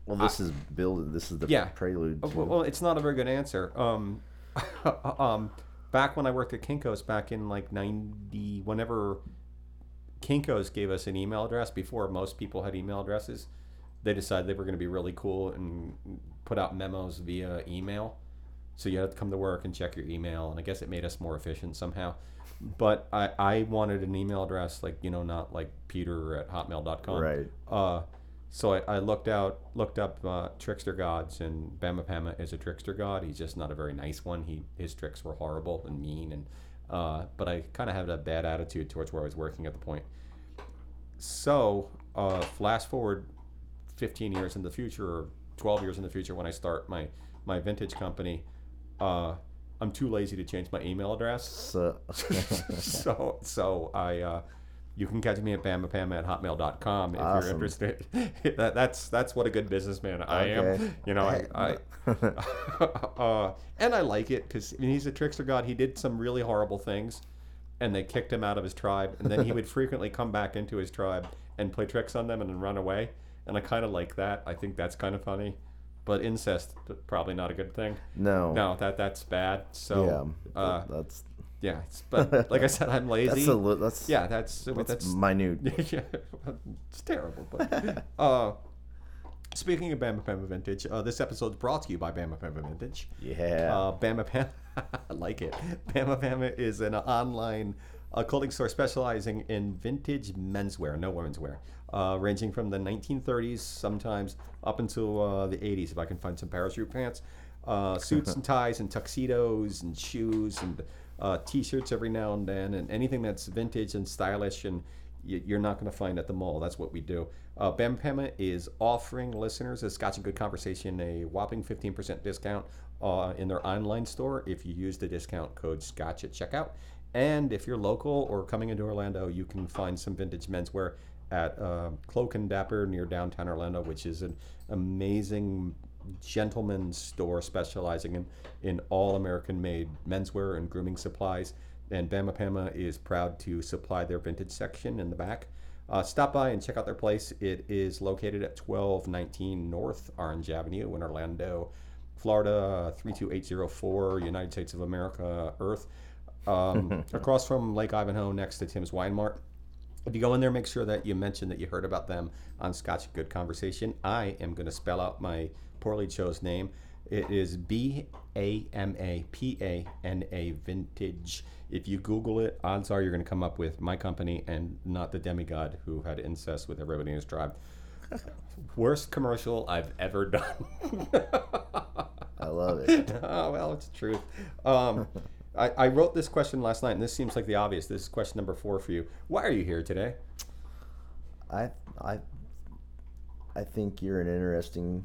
B: Well, this is build. This is the
A: Yeah. Oh,
B: prelude.
A: well,
B: To,
A: well, it's not a very good answer. Um, um, back when I worked at Kinko's back in like 90, whenever Kinko's gave us an email address, before most people had email addresses, they decided they were going to be really cool and put out memos via email. So you had to come to work and check your email. And I guess it made us more efficient somehow. But I, I wanted an email address, like, you know, not like peter at hotmail.com.
B: right.
A: Uh, so I, I looked out, looked up uh, trickster gods, and Bama Pama is a trickster god. He's just not a very nice one. He his tricks were horrible and mean, and uh, but I kind of had a bad attitude towards where I was working at the point. So uh, flash forward 15 years in the future, or 12 years in the future, when I start my my vintage company, uh, I'm too lazy to change my email address
B: So,
A: so so I uh, you can catch me at bamapam at hotmail.com if
B: Awesome.
A: you're interested. that, that's that's what a good businessman I
B: Okay.
A: am. You know, I, I uh, and I like it because I mean, he's a trickster god. He did some really horrible things, and they kicked him out of his tribe. And then he would frequently come back into his tribe and play tricks on them and then run away. And I kind of like that. I think that's kind of funny. But incest probably not a good thing.
B: no.
A: No, that that's bad. So
B: yeah.
A: uh,
B: that's
A: yeah, it's, but like I said, I'm lazy.
B: that's a li- that's
A: yeah, that's that's,
B: that's minute.
A: yeah, it's terrible. But uh, speaking of Bama Pema Vintage, uh, this episode is brought to you by Bama Pema Vintage.
B: Yeah.
A: Uh, Bama Pama, I like it. Bama Pama is an online uh, clothing store specializing in vintage menswear, no women's wear, uh, ranging from the 1930s sometimes up until uh, the 80s, if I can find some parachute pants. Uh, suits and ties and tuxedos and shoes and uh, t-shirts every now and then and anything that's vintage and stylish and y- you're not going to find at the mall. That's what we do. Uh, Bam Pema is offering listeners of Scotch and Good Conversation a whopping 15% discount uh, in their online store if you use the discount code Scotch at checkout. And if you're local or coming into Orlando, you can find some vintage menswear at uh, Cloak and Dapper near downtown Orlando, which is an amazing gentleman's store specializing in, in all American made menswear and grooming supplies. And Bama Pama is proud to supply their vintage section in the back. Uh, stop by and check out their place. It is located at 1219 North Orange Avenue in Orlando, Florida 32804, United States of America, Earth, um, across from Lake Ivanhoe next to Tim's Wine Mart. If you go in there, make sure that you mention that you heard about them on Scotch Good Conversation. I am going to spell out my poorly chose name. It is B A M A P A N A Vintage. If you Google it, odds are you're going to come up with my company and not the demigod who had incest with everybody in his tribe. Worst commercial I've ever done.
B: I love it.
A: oh, well, it's the truth. Um, I, I wrote this question last night, and this seems like the obvious. This is question number four for you. Why are you here today?
B: I I I think you're an interesting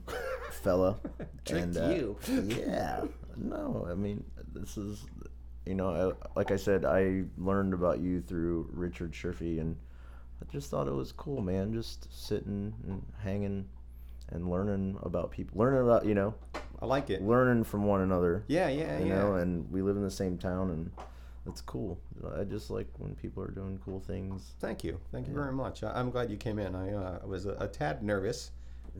B: fella. uh,
A: Tricked you.
B: yeah. No, I mean this is you know I, like I said I learned about you through Richard Sherfy and I just thought it was cool, man. Just sitting and hanging and learning about people, learning about you know
A: I like it.
B: learning from one another.
A: Yeah, yeah,
B: you
A: yeah.
B: know, and we live in the same town, and it's cool. I just like when people are doing cool things.
A: Thank you. Thank you very much. I, I'm glad you came in. I uh, was a, a tad nervous.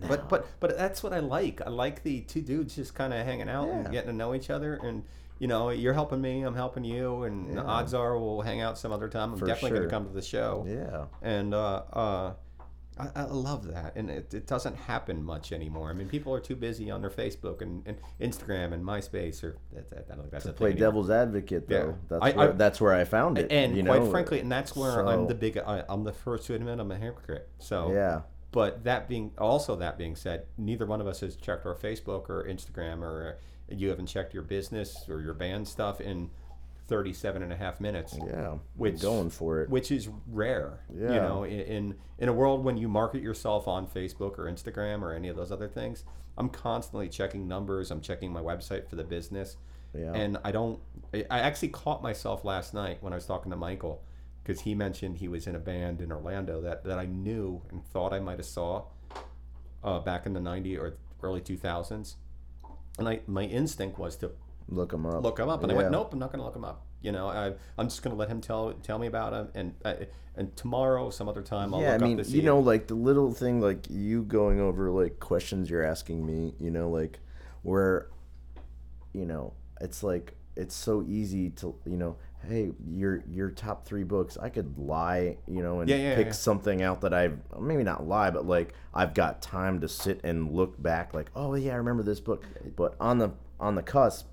A: But but but that's what I like. I like the two dudes just kind of hanging out and
B: Yeah.
A: getting to know each other and you know, you're helping me, I'm helping you and the odds are we'll hang out some other time. I'm
B: For
A: definitely going
B: sure.
A: to come to the show.
B: Yeah,
A: And uh uh I, I love that, and it, it doesn't happen much anymore. I mean, people are too busy on their Facebook and, and Instagram and MySpace, or that, that, I don't think that's a
B: play
A: thing anymore.
B: devil's advocate though.
A: Yeah.
B: That's
A: I-
B: where,
A: I-
B: that's where I found it.
A: And
B: you
A: quite
B: know?
A: frankly, and that's where I'm
B: so-
A: the big. I, I'm the first to admit I'm a hypocrite. So
B: yeah,
A: But that being also that being said, neither one of us has checked our Facebook or Instagram or uh, you haven't checked your business or your band stuff in 37 and a half minutes,
B: yeah,
A: Which-
B: going for it.
A: which is rare. You
B: Yeah.
A: know, i- in in a world when you market yourself on Facebook or Instagram or any of those other things, I'm constantly checking numbers. I'm checking my website for the business.
B: Yeah.
A: And I don't. I I actually caught myself last night when I was talking to Michael because he mentioned he was in a band in Orlando that that I knew and thought I might have saw uh, back in the '90s or early 2000s, and I my instinct was to
B: look him up.
A: look him up, and I
B: Yeah.
A: went, nope, I'm not going to look him up. You know, I I'm just going to let him tell tell me about him, and I, and tomorrow, some other time, I'll
B: Yeah, I
A: look up
B: mean,
A: this.
B: you know, like the little thing, like you going over like questions you're asking me, you know, like where, you know, it's like it's so easy to, you know, hey, your your top three books, I could lie, you know, and
A: Yeah, yeah,
B: pick
A: yeah.
B: something out that I've maybe not lie, but like I've got time to sit and look back, like, oh yeah, I remember this book, but on the on the cusp.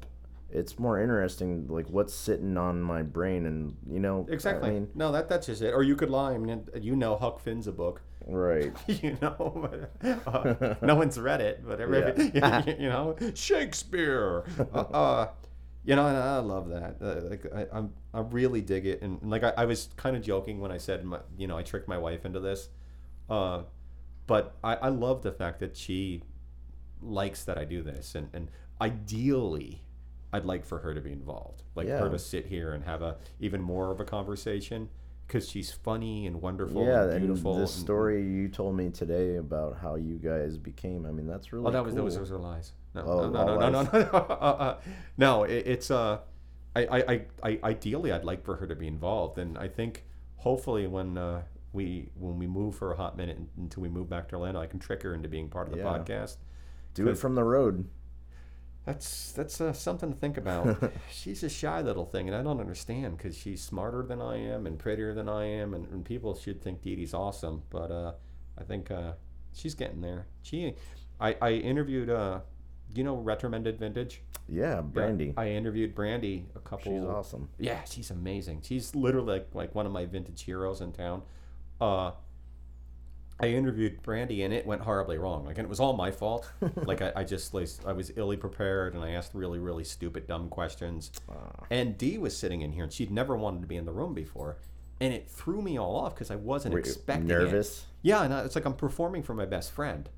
B: It's more interesting, like what's sitting on my brain, and you know, I
A: exactly.
B: mean,
A: no, that that's just it. Or you could lie. I mean, you know, Huck Finn's a book.
B: right?
A: you know, but, uh, no one's read it, but everybody, you know, Shakespeare. Uh, uh, you know, and I love that. Uh, like, I, I'm, I really dig it. And, like, I, I was kind of joking when I said, my, you know, I tricked my wife into this. Uh, but I, I love the fact that she likes that I do this, and and ideally, I'd like for her to be involved, like her
B: Yeah.
A: to sit here and have a even more of a conversation because she's funny and wonderful,
B: yeah,
A: and
B: and
A: beautiful.
B: This
A: and-
B: story you told me today about how you guys became. I mean, that's really.
A: Oh, that was
B: cool.
A: those those are lies. No,
B: Oh,
A: no, no,
B: all
A: no, no,
B: lies.
A: no, no, no. Uh, uh, no it, it's uh, I, I, I, I, ideally, I'd like for her to be involved, and I think hopefully when uh, we when we move for a hot minute until we move back to Orlando, I can trick her into being part of the
B: Yeah.
A: podcast.
B: Do it from the road.
A: That's that's uh, something to think about. she's a shy little thing, and I don't understand because she's smarter than I am and prettier than I am, and, and people should think Dee Dee's awesome, but uh, I think uh, she's getting there. She, I, I interviewed, uh, you know, Retromended Vintage.
B: Yeah, Brandy.
A: I interviewed Brandy a couple.
B: She's awesome.
A: Yeah, she's amazing. She's literally like, like one of my vintage heroes in town. Uh, I interviewed Brandy and it went horribly wrong. Like, and it was all my fault. like, I, I just like, I was illy prepared and I asked really, really stupid, dumb questions. And Dee was sitting in here and she'd never wanted to be in the room before, and it threw me all off because I wasn't
B: Were you
A: expecting it.
B: nervous.
A: Yeah, and I, it's like I'm performing for my best friend,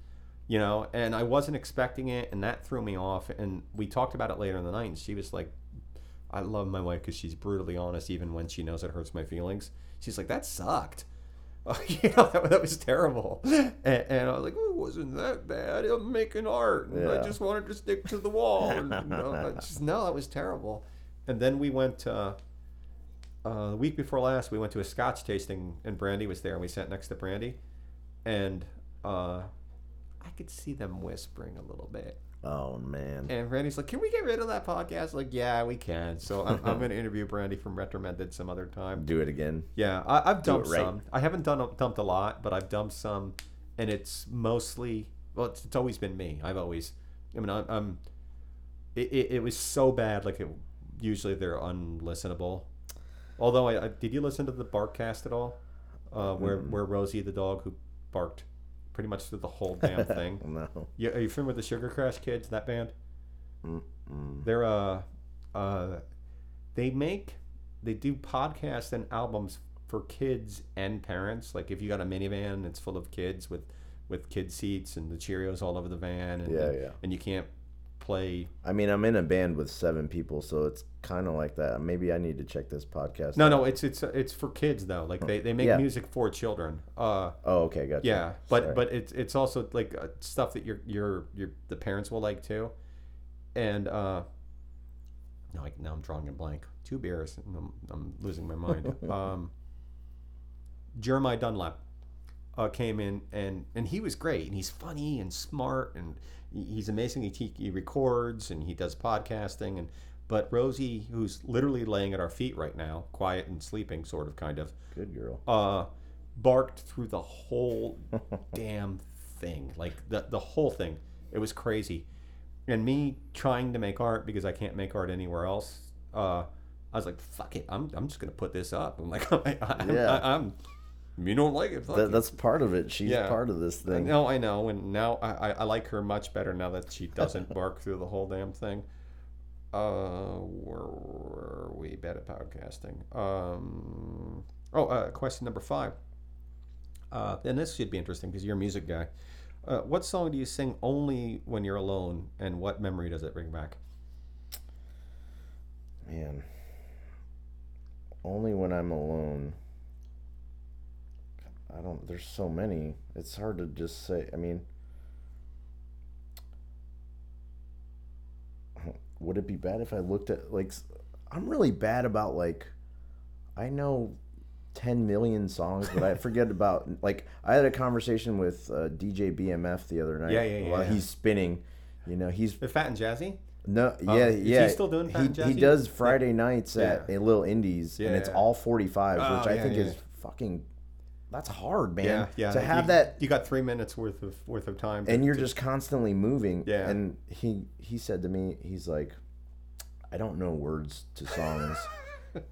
A: you know, and I wasn't expecting it, and that threw me off. And we talked about it later in the night, and she was like, I love my wife because she's brutally honest, even when she knows it hurts my feelings. She's like, that sucked. Oh, you know, that, that was terrible. And, and I was like, oh, it wasn't that bad. I'm making art. And I
B: Yeah.
A: just wanted to stick to the wall. And, you know, I just, no, that was terrible. And then we went, uh, uh, the week before last, we went to a scotch tasting, and Brandy was there, and we sat next to Brandy. And uh, I could see them whispering a little bit.
B: Oh man.
A: And Brandy's like, "Can we get rid of that podcast?" Like, yeah, we can. So I'm, I'm going to interview Brandy from Retromended some other time.
B: Do it again.
A: Yeah, I, I've
B: Do it
A: dumped
B: right.
A: some. I haven't done dumped a lot, but I've dumped some, and it's mostly well, it's, it's always been me. I've always, I mean, I'm, I'm it, it, it was so bad. Like it, usually they're unlistenable. Although, I, I did you listen to the bark cast at all? Uh, where where Rosie the dog who barked pretty much through the whole damn thing.
B: No.
A: You, are you familiar with the Sugar Crash Kids? That band?
B: Mm-mm.
A: They're uh, uh, they make they do podcasts and albums for kids and parents. Like if you got a minivan, it's full of kids with with kid seats and the Cheerios all over the van, and
B: Yeah, yeah.
A: and you can't play.
B: I mean, I'm in a band with seven people, so it's kind of like that. Maybe I need to check this podcast.
A: No,
B: out.
A: no, it's it's it's for kids though. Like they, they make
B: Yeah.
A: music for children. Uh,
B: Oh, okay, gotcha.
A: yeah, but
B: Sorry.
A: but it's it's also like uh, stuff that your your your the parents will like too, and uh, no, I, now I'm drawing a blank. Two beers, and I'm, I'm losing my mind. um, Jeremiah Dunlap uh, came in and and he was great, and he's funny and smart, and he- he's amazing. He, te- he records and he does podcasting, and but Rosie, who's literally laying at our feet right now, quiet and sleeping, sort of, kind of
B: Good girl.
A: uh, barked through the whole damn thing, like the the whole thing. It was crazy, and me trying to make art because I can't make art anywhere else. Uh, I was like, "Fuck it, I'm, I'm just gonna put this up." I'm like, I, I,
B: Yeah.
A: I, am you don't like it, fuck
B: That,
A: it."
B: that's part of it. She's
A: Yeah.
B: part of this
A: I
B: thing.
A: know, I know, and now I, I, I like her much better now that she doesn't bark through the whole damn thing. Uh, where were we bad at podcasting? Um, oh, uh, question number five. Uh, and this should be interesting because you're a music guy. Uh, what song do you sing only when you're alone, and what memory does it bring back?
B: Man. Only when I'm alone. I don't there's so many. It's hard to just say. I mean, would it be bad if I looked at like s- I'm really bad about like I know 10 million songs, but I forget about like I had a conversation with uh, DJ BMF the other night
A: Yeah, yeah, yeah,
B: while
A: yeah.
B: he's spinning. You know, he's
A: The Fat and Jazzy.
B: no,
A: Oh,
B: yeah,
A: is he
B: yeah.
A: still doing Fat
B: he,
A: and
B: he
A: Jazzy?
B: does Friday nights at a Little Indies,
A: Yeah,
B: and it's
A: yeah.
B: all 45, which
A: Oh,
B: I
A: yeah,
B: think
A: yeah.
B: is fucking. That's hard, man.
A: Yeah, yeah.
B: To have
A: you,
B: that,
A: you got three minutes worth of worth of time. to-
B: and you're just constantly moving.
A: Yeah.
B: And he he said to me, he's like, I don't know words to songs.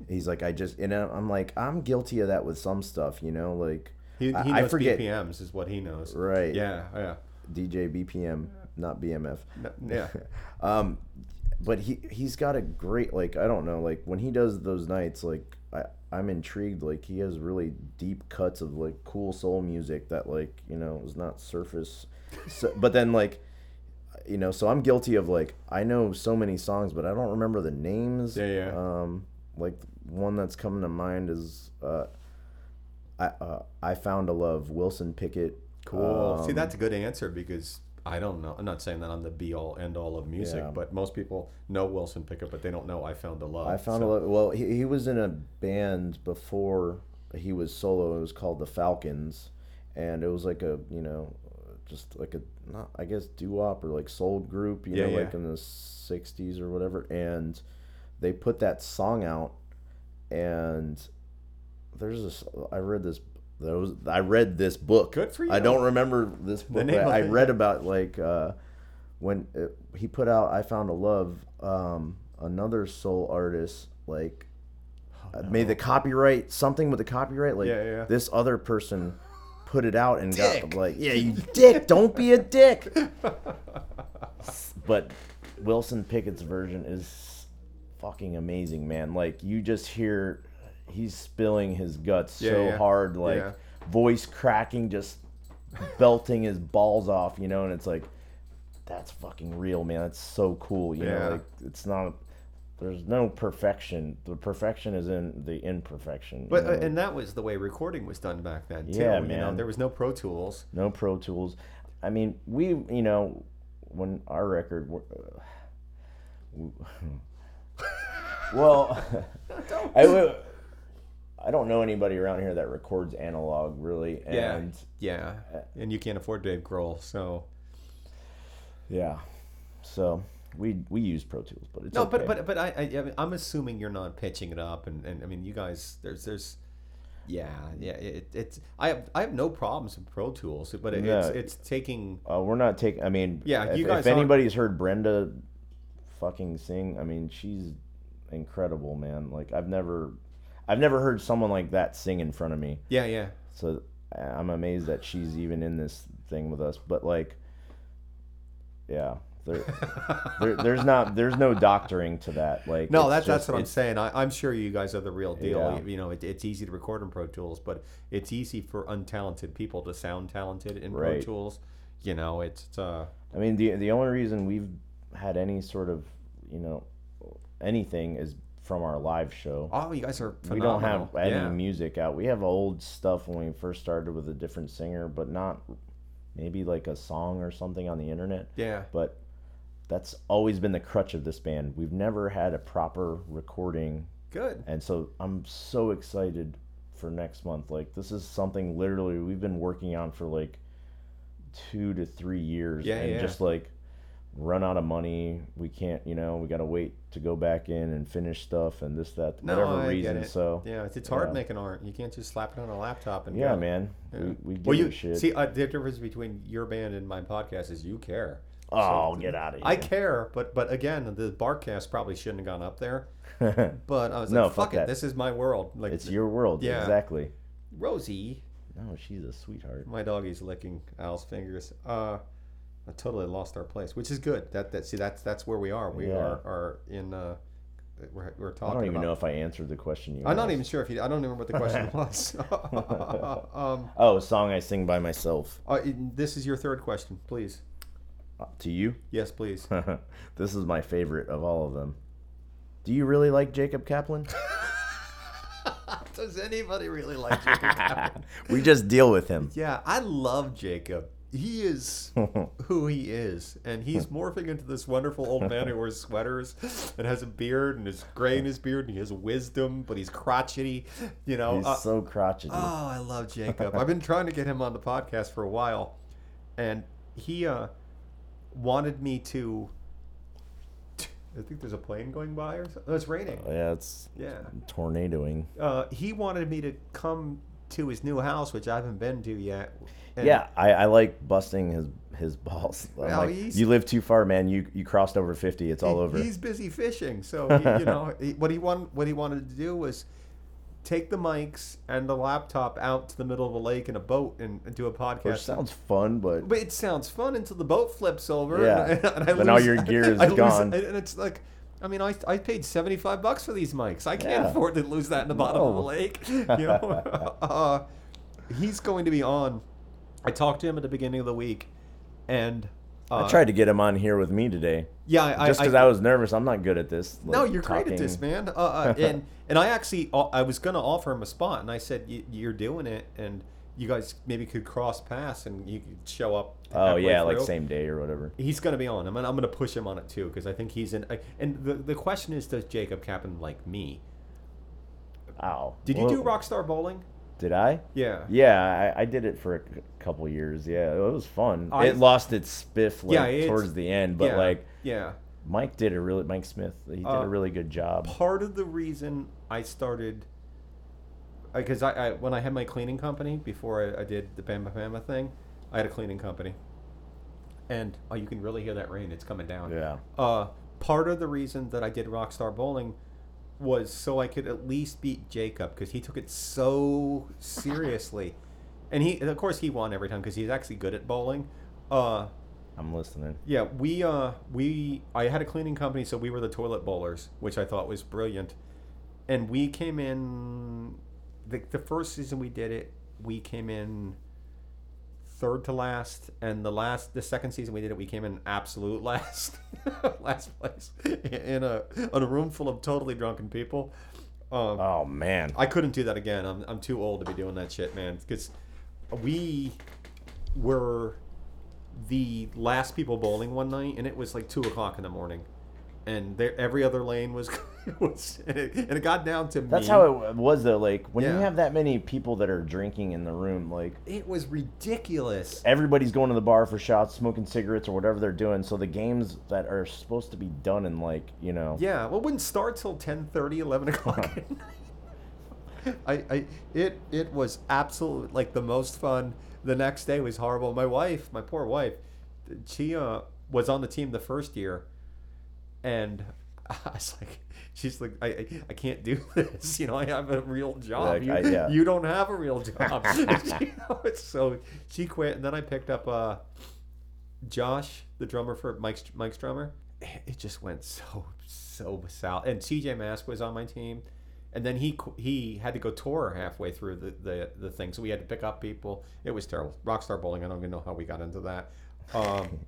B: he's like, I just, and I'm like, I'm guilty of that with some stuff, you know, like
A: he, he
B: I-
A: knows
B: I forget.
A: BPMs is what he knows.
B: right,
A: Yeah, yeah,
B: DJ BPM, not BMF.
A: yeah.
B: Um, but he he's got a great like I don't know like when he does those nights like I I'm intrigued like he has really deep cuts of like cool soul music that like you know is not surface, so, but then like. You know, so I'm guilty of like I know so many songs, but I don't remember the names.
A: Yeah, yeah.
B: Um, like one that's coming to mind is uh, I uh, I found a love Wilson Pickett.
A: Cool. See,
B: Um,
A: that's a good answer because I don't know. I'm not saying that I'm the be all end all of music,
B: Yeah.
A: but most people know Wilson Pickup, but they don't know I Found a Love.
B: I found
A: so.
B: a lot. Well, he, he was in a band before he was solo. It was called the Falcons, and it was like a you know, just like a not I guess doo wop or like soul group. You
A: Yeah,
B: know,
A: yeah.
B: like in the '60s or whatever. And they put that song out, and there's this. I read this. Those I read this book.
A: Good for
B: I
A: you.
B: don't remember this book.
A: name
B: but
A: of
B: I
A: it.
B: read about like. Uh, when uh he put out "I Found a Love," um, another soul artist like uh made the copyright something with the copyright. Like
A: Oh, Yeah, yeah.
B: this other person put it out and
A: Dick.
B: got like, yeah, you dick, don't be a dick. but Wilson Pickett's version is fucking amazing, man. Like you just hear he's spilling his guts
A: Yeah,
B: so
A: yeah.
B: hard, like
A: Yeah.
B: voice cracking, just belting his balls off, you know, and it's like that's fucking real, man. That's so cool, you
A: Yeah.
B: know, like it's not there's no perfection. The perfection is in the imperfection. you
A: But
B: know?
A: uh, and that was the way recording was done back then too.
B: Yeah,
A: you know,
B: man.
A: there was no Pro Tools.
B: no Pro Tools. I mean, we you know when our record. w- Uh, w- well, I w- I don't know anybody around here that records analog really,
A: Yeah.
B: and
A: Yeah, and you can't afford Dave Grohl, so
B: yeah, so we we use Pro Tools, but it's
A: no.
B: okay.
A: But but but I, I, I mean, I'm assuming you're not pitching it up, and, and I mean you guys, there's there's, yeah, yeah. It, it's I have I have no problems with Pro Tools, but it,
B: No.
A: it's it's taking
B: Uh, we're not taking. I mean,
A: Yeah,
B: If,
A: you
B: if
A: guys aren't-
B: anybody's heard Brenda fucking sing, I mean, she's incredible, man. Like I've never, I've never heard someone like that sing in front of me.
A: yeah yeah
B: So I- I'm amazed that she's even in this thing with us. But like, yeah, there, there, there's not, there's no doctoring to that. Like,
A: No, that's
B: it's just-
A: that's what I'm
B: it's-
A: saying. I, I'm sure you guys are the real deal.
B: Yeah.
A: You, you know, it, it's easy to record in Pro Tools, but it's easy for untalented people to sound talented in Pro
B: Right.
A: Tools. You know, it's uh,
B: I mean, the the only reason we've had any sort of, you know, anything is from our live show.
A: oh, you guys are
B: we don't
A: phenomenal.
B: have any
A: yeah.
B: music out. We have old stuff when we first started with a different singer, but not maybe like a song or something on the internet.
A: yeah.
B: But that's always been the crutch of this band. We've never had a proper recording,
A: Good.
B: and so I'm so excited for next month. Like this is something literally we've been working on for like two to three years,
A: Yeah,
B: and
A: yeah.
B: just like run out of money. We can't, you know, we got to wait to go back in and finish stuff and this that
A: No,
B: whatever
A: I get
B: reason.
A: it.
B: So
A: Yeah, it's, it's hard
B: Yeah.
A: making art. You can't just slap it on a laptop and
B: Yeah,
A: go.
B: man.
A: Yeah.
B: We, we give
A: Well,
B: you,
A: you
B: shit.
A: see uh, the difference between your band and my podcast is you care.
B: oh, get out of here.
A: I care, but but again, the barcast probably shouldn't have gone up there. But I was
B: No,
A: like, fuck,
B: fuck
A: it,
B: that.
A: this is my world. Like
B: it's your world.
A: Yeah.
B: Exactly.
A: Rosie,
B: No, she's a sweetheart.
A: My doggy's licking Al's fingers. Uh, I totally lost our place, which is good. That that see that's that's where we are. We
B: Yeah.
A: are are in. Uh, we're, we're
B: I
A: talking.
B: don't even
A: about,
B: know if I answered the question you
A: I'm not
B: asked.
A: even sure if you. I don't even remember what the question was. um,
B: Oh, a song I sing by myself.
A: uh, this is your third question, please.
B: Uh, To you?
A: Yes, please.
B: this is my favorite of all of them. Do you really like Jacob Kaplan?
A: Does anybody really like Jacob? Kaplan?
B: we just deal with him.
A: yeah, I love Jacob. He is who he is, and he's morphing into this wonderful old man who wears sweaters and has a beard and is gray in his beard and he has wisdom, but he's crotchety. You know,
B: He's
A: uh,
B: so crotchety.
A: Oh, I love Jacob. I've been trying to get him on the podcast for a while, and he uh, wanted me to. I think there's a plane going by or something. Oh, it's raining.
B: yeah, it's
A: Yeah.
B: tornadoing.
A: Uh, he wanted me to come to his new house, which I haven't been to yet. and-
B: yeah, I, I like busting his his balls. I'm
A: Well,
B: like,
A: he's-
B: you live too far, man. You you crossed over fifty. It's all
A: he-
B: over.
A: He's busy fishing, so he, you know he, what he wanted. What he wanted to do was take the mics and the laptop out to the middle of a lake in a boat and, and do a
B: Which
A: podcast.
B: sounds fun, but
A: But it sounds fun until the boat flips over.
B: Yeah.
A: and, and I
B: Then all
A: lose-
B: your gear is
A: I lose-
B: gone.
A: and it's like, I mean, I, I paid seventy five bucks for these mics. I can't
B: Yeah.
A: afford to lose that in the bottom of the
B: No.
A: lake. You know, uh, he's going to be on. I talked to him at the beginning of the week, and uh,
B: I tried to get him on here with me today.
A: Yeah, I,
B: Just
A: I,
B: because I, was nervous. I'm not good at this.
A: No,
B: like,
A: you're great at this,
B: talking.
A: man. Uh, uh, and and I actually uh, I was gonna offer him a spot, and I said "You- you're doing it, and you guys maybe could cross paths, and you could show up.
B: Oh
A: halfway
B: yeah, like
A: through.
B: same day or whatever.
A: He's going to be on. I'm, gonna- I'm going to push him on it too because I think he's in. I, and the, the question is, does Jacob Kaplan like me?
B: Ow.
A: Did you
B: Well,
A: do Rockstar Bowling?
B: Did I?
A: Yeah.
B: Yeah, I, I did it for a c- couple years. Yeah, it was fun.
A: I-
B: it lost its spiff like
A: Yeah, it's-
B: towards the end, but
A: yeah,
B: like
A: yeah.
B: Mike did a really Mike Smith. He did
A: Uh,
B: a really good job.
A: Part of the reason I started because I, I when I had my cleaning company before I, I did the Bamba Bama thing, I had a cleaning company, and oh, you can really hear that rain. It's coming down.
B: Yeah.
A: Uh, part of the reason that I did Rockstar Bowling was so I could at least beat Jacob because he took it so seriously, and he and of course he won every time because he's actually good at bowling. Uh,
B: I'm listening.
A: yeah, we uh we I had a cleaning company, so we were the toilet bowlers, which I thought was brilliant. And we came in the the first season we did it, we came in third to last, and the last the second season we did it, we came in absolute last, last place in a in a room full of totally drunken people. Um,
B: Oh man.
A: I couldn't do that again. I'm I'm too old to be doing that shit, man. Because we were the last people bowling one night, and it was like two o'clock in the morning, and there, every other lane was was and it, and it got down to me.
B: That's how it w- was though. Like when you
A: Yeah.
B: have that many people that are drinking in the room, like
A: It was ridiculous.
B: everybody's going to the bar for shots, smoking cigarettes or whatever they're doing. So the games that are supposed to be done in like you know,
A: Yeah, well, it wouldn't start till 10, 11 o'clock. at night. I, I, it, it was absolute like the most fun. The next day was horrible. My wife, my poor wife, she uh, was on the team the first year, and I was like, she's like, I, I, I can't do this. You know, I have a real job.
B: Like,
A: you,
B: I- yeah.
A: you don't have a real job. You know, it's so she quit, and then I picked up uh, Josh, the drummer for Mike's Mike's drummer, it just went so so south. And TJ Mask was on my team, and then he qu- he had to go tour halfway through the the, the thing, so we had to pick up people. It was terrible. Rockstar Bowling. I don't even know how we got into that. Um,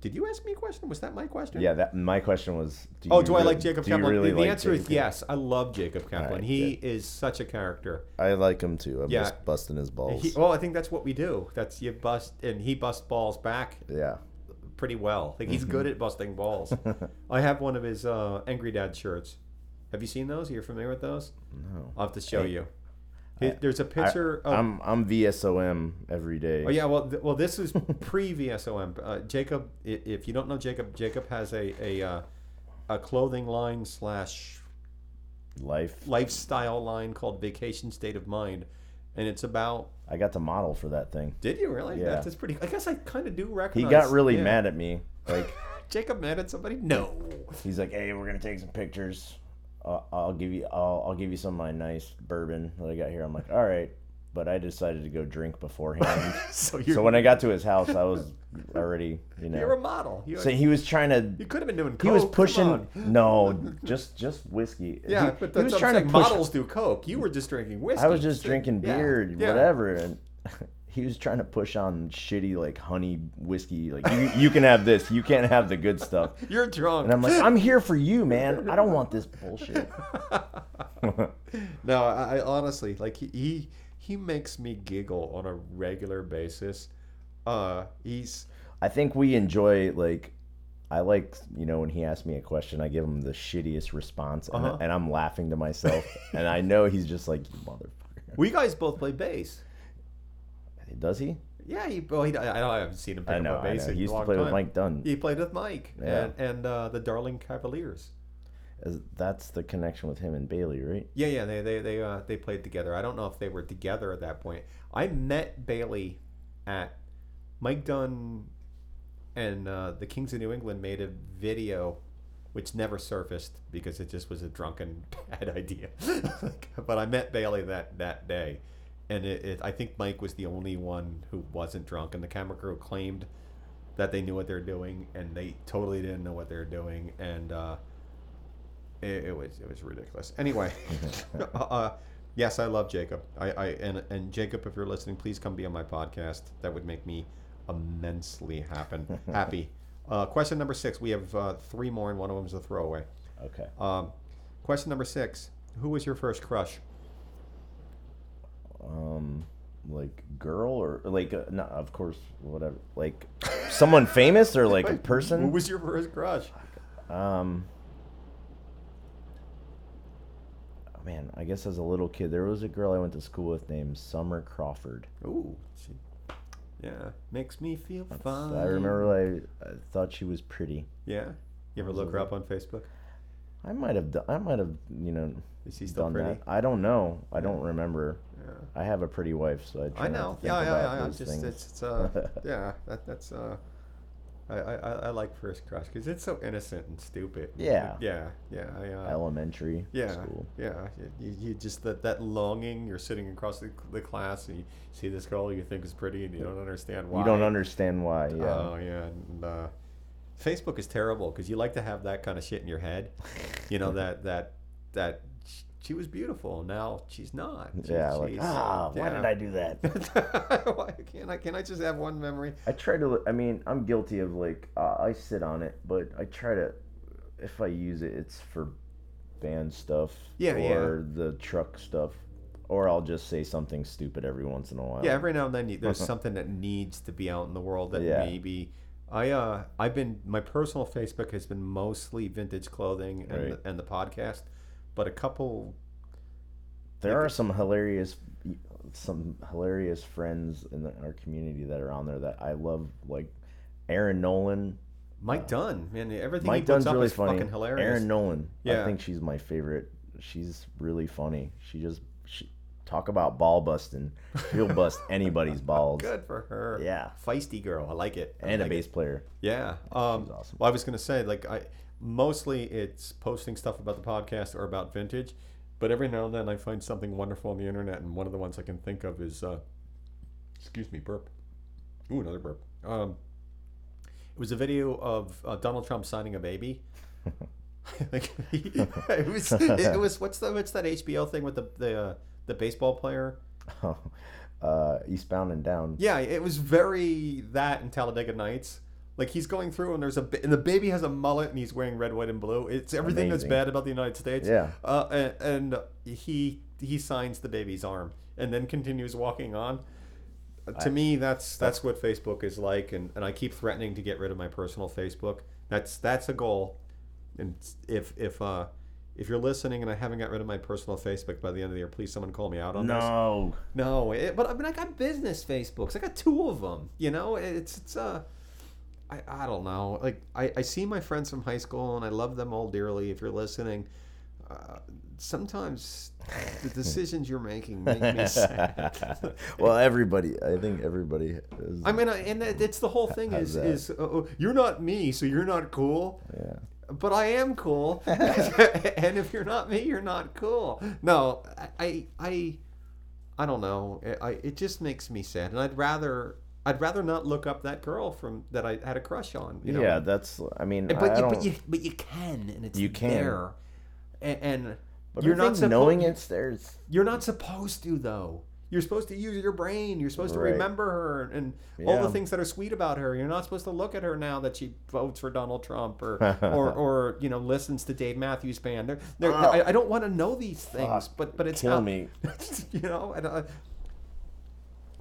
A: did you ask me a question? Was that my question?
B: yeah. That my question was. Do
A: Oh,
B: you
A: do I
B: really-
A: like Jacob
B: do you
A: Kaplan?
B: really
A: the
B: like
A: answer is
B: Jacob?
A: yes. I love Jacob Kaplan.
B: right,
A: he is such a character.
B: I like him too. I'm
A: Yeah.
B: just busting his balls.
A: He, oh. well, I think that's what we do. That's you bust, and he busts balls back
B: yeah.
A: pretty well. Like he's good
B: Mm-hmm.
A: at busting balls. I have one of his uh, Angry Dad shirts. Have you seen those? Are you familiar with those?
B: No.
A: I'll have to show you. He- There's a picture of.
B: I'm I'm VSOM every day.
A: oh yeah, well, th- well, this is pre VSOM. Uh, Jacob, i- if you don't know Jacob, Jacob has a a, uh, a clothing line slash
B: Life.
A: lifestyle line called Vacation State of Mind, and it's about.
B: I got to model for that thing.
A: Did you really?
B: Yeah.
A: That's pretty. I guess I kind of do
B: He
A: recognize.
B: got really
A: yeah.
B: mad at me. Like
A: Jacob mad at somebody? No.
B: he's like, "Hey, we're gonna take some pictures. Uh, I'll give you, I'll, I'll give you some of my nice bourbon that I got here." I'm like, "All right," but I decided to go drink beforehand.
A: so you're
B: so when I got to his house, I was already, you
A: you're a
B: know.
A: model. You're,
B: So he was trying
A: You
B: to,
A: could have been doing coke.
B: he was
A: come
B: pushing.
A: on.
B: No, just just whiskey.
A: Yeah,
B: he,
A: but
B: he
A: that's
B: was
A: what
B: trying
A: I'm
B: to
A: saying.
B: push.
A: models do coke. You were just drinking whiskey.
B: I was just drinking
A: Yeah,
B: beer,
A: yeah.
B: whatever, and. He was trying to push on shitty like honey whiskey, like you, you can have this, you can't have the good stuff.
A: You're drunk.
B: And I'm like, I'm here for you, man. I don't want this bullshit.
A: no, I, I honestly like he, he he makes me giggle on a regular basis. Uh, he's
B: I think we enjoy like I like you know when he asks me a question, I give him the shittiest response, and,
A: Uh-huh.
B: and I'm laughing to myself, and I know he's just like you motherfucker.
A: we guys both play bass.
B: Does he?
A: Yeah, he, well, he, I, I haven't seen him pick
B: I know.
A: up a
B: I
A: bass
B: know.
A: in
B: He
A: a
B: used to
A: long
B: play
A: time.
B: with Mike Dunn.
A: He played with Mike
B: Yeah.
A: and, and uh, the Darling Cavaliers.
B: Is- That's the connection with him and Bailey, right?
A: Yeah, yeah, they they they uh, they played together. I don't know if they were together at that point. I met Bailey at Mike Dunn and uh, the Kings of New England made a video, which never surfaced because it just was a drunken bad idea. but I met Bailey that that day, and it, it I think Mike was the only one who wasn't drunk, and the camera crew claimed that they knew what they're doing, and they totally didn't know what they were doing, and. Uh, it, it was it was ridiculous. Anyway, uh, yes, I love Jacob. I, I and and Jacob, if you're listening, please come be on my podcast. That would make me immensely happen happy. Uh, question number six. We have uh, three more, and one of them is a throwaway.
B: Okay.
A: Um, question number six. Who was your first crush?
B: Um, like girl or like uh, no, of course, whatever. Like someone famous or like a
A: Who
B: person.
A: was your first crush?
B: Um, oh, man, I guess as a little kid, there was a girl I went to school with named Summer Crawford.
A: Ooh, she, yeah, makes me feel fine.
B: I remember I, I thought she was pretty.
A: Yeah, you ever look her up on Facebook?
B: I might have done. I might have you know
A: Is she still
B: done
A: pretty?
B: that. I don't know. I don't remember.
A: Yeah.
B: I have a pretty wife, so I. Try
A: I know.
B: Not to think
A: Yeah, yeah,
B: about
A: yeah. yeah.
B: those
A: Just
B: things.
A: it's, it's uh, yeah. That, that's uh, I, I, I I like first crush because it's so innocent and stupid.
B: Yeah.
A: Yeah, yeah, I, uh,
B: elementary
A: yeah,
B: school.
A: yeah. You- You, you just that that longing. You're sitting across the, the class and you see this girl you think is pretty and you don't understand why.
B: You don't understand why. Yeah.
A: Oh yeah. And, uh, Facebook is terrible because you like to have that kind of shit in your head. You know that that that sh- she was beautiful. Now she's not. She-
B: yeah, like
A: she's-
B: ah, why
A: yeah.
B: did I do that?
A: Why can't I? Can I just have one memory?
B: I try to. li- I mean, I'm guilty of like uh, I sit on it, but I try to. If I use it, it's for band stuff
A: Yeah, yeah.
B: or the truck stuff, or I'll just say something stupid every once in a while.
A: Yeah, every now and then you, there's something that needs to be out in the world that
B: Yeah.
A: maybe I uh I've been my personal Facebook has been mostly vintage clothing and
B: Right.
A: the, and the podcast, but a couple
B: there are some hilarious, some hilarious friends in the, our community that are on there that I love, like Aaron Nolan.
A: Mike Dunn and everything he
B: Mike
A: puts
B: Dunn's
A: up
B: really
A: is
B: funny.
A: fucking hilarious.
B: Aaron Nolan.
A: Yeah.
B: I think she's my favorite. She's really funny. She just she, talk about ball busting. She'll bust anybody's balls.
A: Good for her.
B: Yeah.
A: feisty girl. I like it. I
B: And a
A: like it.
B: bass player.
A: Yeah. Um,
B: She's awesome.
A: Well, I was gonna say like I mostly it's posting stuff about the podcast or about vintage, but every now and then I find something wonderful on the internet, and one of the ones I can think of is, uh, excuse me, burp. Ooh, another burp. Um, it was a video of uh, Donald Trump signing a baby. like it was, it was what's the what's that HBO thing with the the uh, the baseball player?
B: uh, Eastbound and Down.
A: Yeah, it was very that in Talladega Nights. Like he's going through, and there's a ba- and the baby has a mullet, and he's wearing red, white, and blue. It's everything that's
B: Amazing.
A: bad about the United States.
B: Yeah.
A: Uh, and, and he he signs the baby's arm, and then continues walking on. Uh, To me, that's that's what Facebook is like, and, and I keep threatening to get rid of my personal Facebook. That's that's a goal, and if if uh if you're listening and I haven't got rid of my personal Facebook by the end of the year, please someone call me out on this.
B: No.
A: Oh, No, it, but I mean, I got business Facebooks. I got two of them. You know, it's it's uh, I I don't know. Like I I see my friends from high school, and I love them all dearly. If you're listening, uh, sometimes the decisions you're making make me sad.
B: well, everybody. I think everybody. Is,
A: I mean, I- and it- it's the whole thing is
B: that?
A: is uh, oh, you're not me, so you're not cool.
B: yeah.
A: But I am cool, and if you're not me, you're not cool. No, I, I, I, I don't know. It, I, it just makes me sad, and I'd rather, I'd rather not look up that girl from that I had a crush on. You know?
B: yeah, that's. I mean,
A: but
B: I
A: you,
B: don't.
A: but you, but you can, and it's
B: You can.
A: there, and, and
B: but
A: you're
B: I
A: not
B: think
A: suppo-
B: knowing it's there. It's,
A: You're not supposed to though. You're supposed to use your brain. You're supposed to
B: Right.
A: remember her and all the
B: Yeah.
A: things that are sweet about her. You're not supposed to look at her now that she votes for Donald Trump or or, or you know listens to Dave Matthews Band. They're, they're,
B: Oh.
A: I, I don't want to know these things, but but it's
B: Ah, kill
A: out-
B: me.
A: you know. And, uh,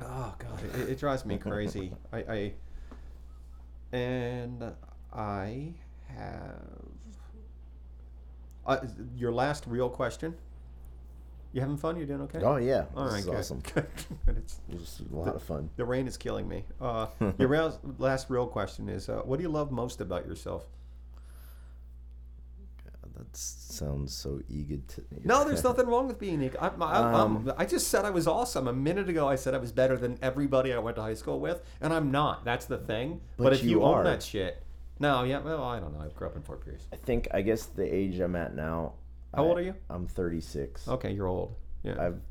A: oh god, it, it drives me crazy. I, I and I have uh, your last real question. You having fun? You doing okay?
B: oh yeah,
A: All
B: this
A: right,
B: is
A: good.
B: awesome.
A: Good. It's-
B: This is a lot of fun.
A: the rain is killing me. Uh, your real, last real question is: uh, What do you love most about yourself?
B: That sounds so egotistical.
A: No, there's nothing wrong with being. ego- I'm, I'm,
B: Um,
A: I'm, I just said I was awesome a minute ago. I said I was better than everybody I went to high school with, and I'm not. That's the thing. But,
B: But
A: if you,
B: you
A: own
B: are.
A: that shit, no, yeah, well, I don't know. I grew up in Fort Pierce.
B: I think I guess the age I'm at now.
A: How
B: I-
A: old are you?
B: I'm 36.
A: Okay, you're old. Yeah,
B: I've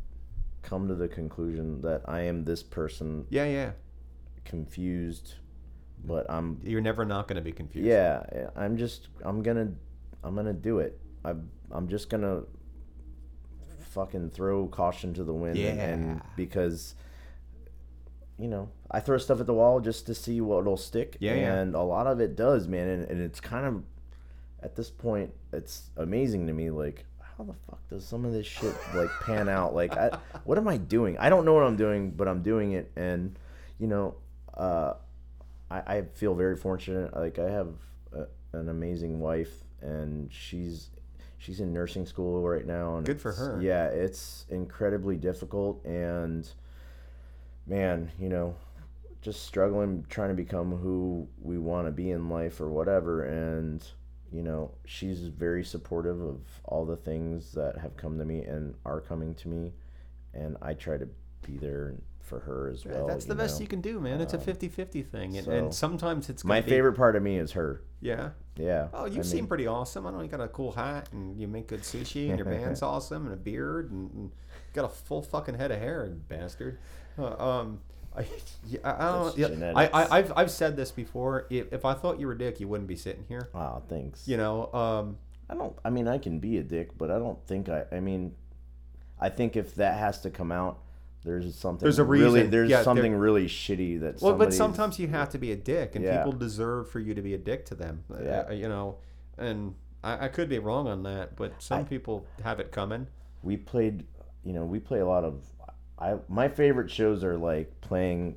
B: come to the conclusion that I am this person
A: yeah, yeah.
B: confused, but I'm
A: You're never not going to be confused.
B: yeah, I- I'm just I'm going to I'm going to do it. I am I'm just going to fucking throw caution to the wind and- and
A: Yeah.
B: because you know, I throw stuff at the wall just to see what'll stick
A: Yeah, yeah.
B: and a lot of it does, man, and, and it's kind of at this point it's amazing to me like how the fuck does some of this shit like pan out like I, what am i doing i don't know what i'm doing but i'm doing it and you know uh, I, I feel very fortunate like i have a, an amazing wife and she's she's in nursing school right now and
A: Good for
B: it's-
A: her.
B: yeah it's incredibly difficult and man you know just struggling trying to become who we want to be in life or whatever and you know she's very supportive of all the things that have come to me and are coming to me and i try to be there for her as well
A: That's the
B: Oh, you
A: best
B: know. Uh,
A: you can do, man. It's a 50-50 thing, and, and
B: so-
A: sometimes it's gonna
B: my
A: be-
B: favorite part of me is her
A: Yeah.
B: yeah
A: Oh,
B: I
A: you
B: mean,
A: seem pretty awesome. I know you got a cool hat and you make good sushi and your band's awesome and a beard and, and got a full fucking head of hair, you bastard. Uh, um, I, yeah, I, I don't.
B: That's
A: Yeah, I,
B: genetics.
A: I, I've, I've said this before. If, if I thought you were dick, you wouldn't be sitting here.
B: wow thanks
A: You know, um,
B: I don't. I mean, I can be a dick, but I don't think I. I mean, I think if that has to come out, there's something.
A: There's a
B: Really,
A: reason.
B: there's
A: Yeah, there-
B: something really shitty that.
A: Well, but
B: somebody's-
A: sometimes you have to be a dick, and
B: Yeah.
A: people deserve for you to be a dick to them. Uh,
B: Yeah.
A: you know, and I, I could be wrong on that, but some people have it coming.
B: we played. You know, we play a lot of. I my favorite shows are like playing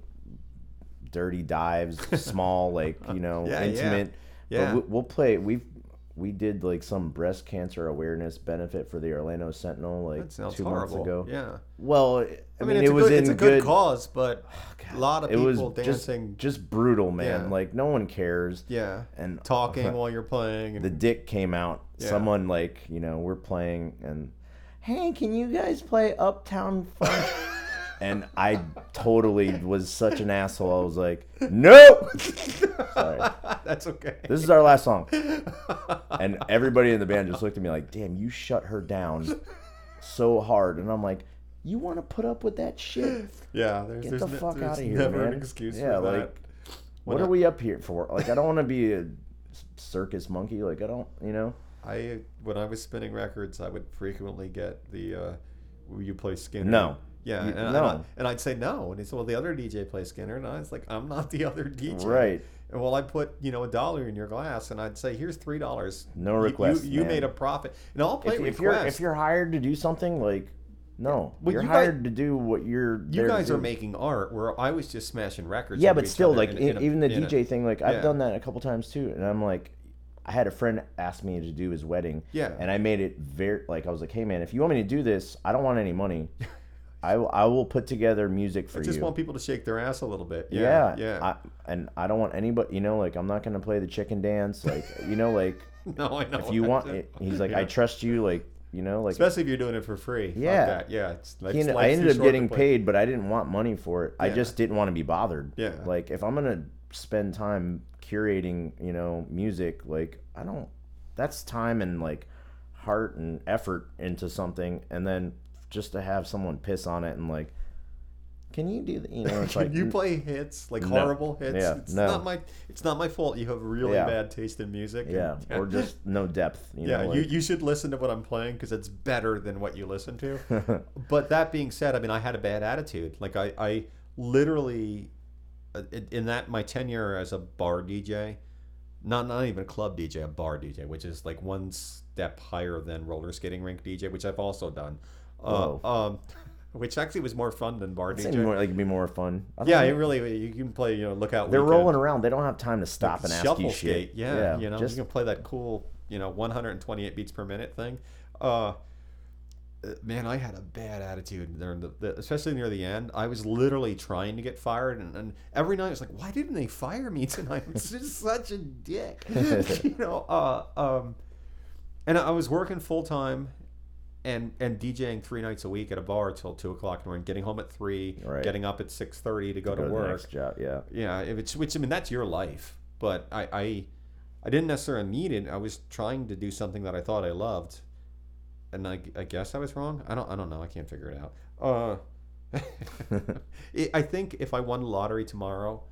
B: dirty dives, small, like you know,
A: Yeah, yeah.
B: intimate.
A: Yeah.
B: But we, we'll play. We've we did like some breast cancer awareness benefit for the Orlando Sentinel like
A: That sounds
B: two
A: horrible.
B: months ago.
A: Yeah.
B: Well, I,
A: I mean,
B: mean,
A: it's,
B: it
A: a
B: was
A: good,
B: in Oh,
A: it's a good, cause, but a lot of
B: it
A: people
B: was just
A: dancing,
B: just brutal, man.
A: Yeah.
B: Like no one cares.
A: yeah,
B: And
A: talking while you're playing. And,
B: Uh-huh. the dick came out.
A: Yeah.
B: Someone like you know we're playing and hey, can you guys play Uptown Funk? and I totally was such an asshole. I was like, nope. Sorry.
A: that's okay.
B: This is our last song. And everybody in the band just looked at me like, damn, you shut her down so hard. And I'm like, you want to put up with that shit?
A: Yeah, there's,
B: Get
A: there's,
B: the
A: ne-
B: fuck
A: there's
B: out of here,
A: never
B: man.
A: an excuse
B: yeah,
A: for that.
B: like, what are we up here for? Like, I don't want to be a s- circus monkey. Like, I don't, you know?
A: I when I was spinning records, I would frequently get the uh, "Will you play Skinner?"
B: No.
A: Yeah,
B: You-
A: and, and
B: no.
A: I, and I'd say no, and he said, "Well, the other DJ plays Skinner," and I was like, "I'm not the other DJ."
B: Right.
A: And well, I put you know a dollar in your glass, and I'd say, "Here's three dollars."
B: No
A: You-
B: request,
A: You, you,
B: man.
A: made a profit, and I'll play
B: If, if
A: requests.
B: you're if you're hired to do something, like, no,
A: Well,
B: you're
A: you guys-
B: hired to do what you're.
A: you
B: there to
A: guys are
B: do.
A: making art, where I was just smashing records.
B: Yeah,
A: into
B: but
A: each
B: still,
A: other
B: like
A: in-
B: e-
A: in a-
B: even the
A: in a-
B: DJ thing, like
A: yeah.
B: I've done that a couple times too, and I'm like, I had a friend ask me to do his wedding,
A: Yeah.
B: and I made it very like I was like, hey man, if you want me to do this, I don't want any money. I will- I will put together music for
A: I just
B: you.
A: want people to shake their ass a little bit. Yeah,
B: yeah,
A: yeah.
B: I, and I don't want anybody, you know, like I'm not gonna play the chicken dance, like you know, like
A: no, I know.
B: if you want, it, he's like, I
A: Yeah.
B: trust you, like you know, like
A: especially if you're doing it for free. Fuck
B: Yeah.
A: that. yeah. It's,
B: he
A: life's-
B: ended- I
A: life's too
B: ended
A: short
B: up
A: to
B: getting
A: play-
B: paid, but I didn't want money for it. I
A: Yeah.
B: just didn't want to be bothered.
A: Yeah.
B: Like if I'm gonna spend time curating, you know, music, like I don't. That's time and like heart and effort into something, and then just to have someone piss on it and like, can you do that? You know, it's
A: Can
B: like "Mm."
A: you play hits like horrible hits?
B: Yeah,
A: it's
B: no.
A: not my it's not my fault. You have really
B: Yeah.
A: bad taste in music. and-
B: yeah, or just no depth. You
A: yeah.
B: know,
A: you
B: like-
A: you should listen to what I'm playing because it's better than what you listen to. but that being said, I mean, I had a bad attitude. Like I I literally uh, in- in that my tenure as a bar DJ, not not even a club DJ, a bar DJ, which is like one step higher than roller skating rink DJ, which I've also done. Uh,
B: Whoa.
A: um, which actually was more fun than bar
B: I'd
A: DJ.
B: say more, like it'd be more fun. I don't
A: Yeah,
B: know.
A: it really you can play. You know, look out.
B: they're
A: weekend.
B: rolling around. They don't have time to stop and ask
A: shuffle
B: you
A: skate.
B: shit.
A: Yeah, you know,
B: just
A: you can play that cool, you know, 128 beats per minute thing. Uh, uh, man, I had a bad attitude during the, the, especially near the end. I was literally trying to get fired, and, and every night I was like, "Why didn't they fire me tonight? I'm just such a dick," you know. Uh, um, and I was working full time, and and DJing three nights a week at a bar till two o'clock in the morning, getting home at three,
B: Right.
A: getting up at six thirty to go
B: go
A: to
B: to the
A: work.
B: next job. Yeah.
A: Yeah, if it's which I mean that's your life, but I I, I didn't necessarily need it. I was trying to do something that I thought I loved, and I, I guess I was wrong. I don't I don't know. I can't figure it out. Uh, it, I think if I won the lottery tomorrow,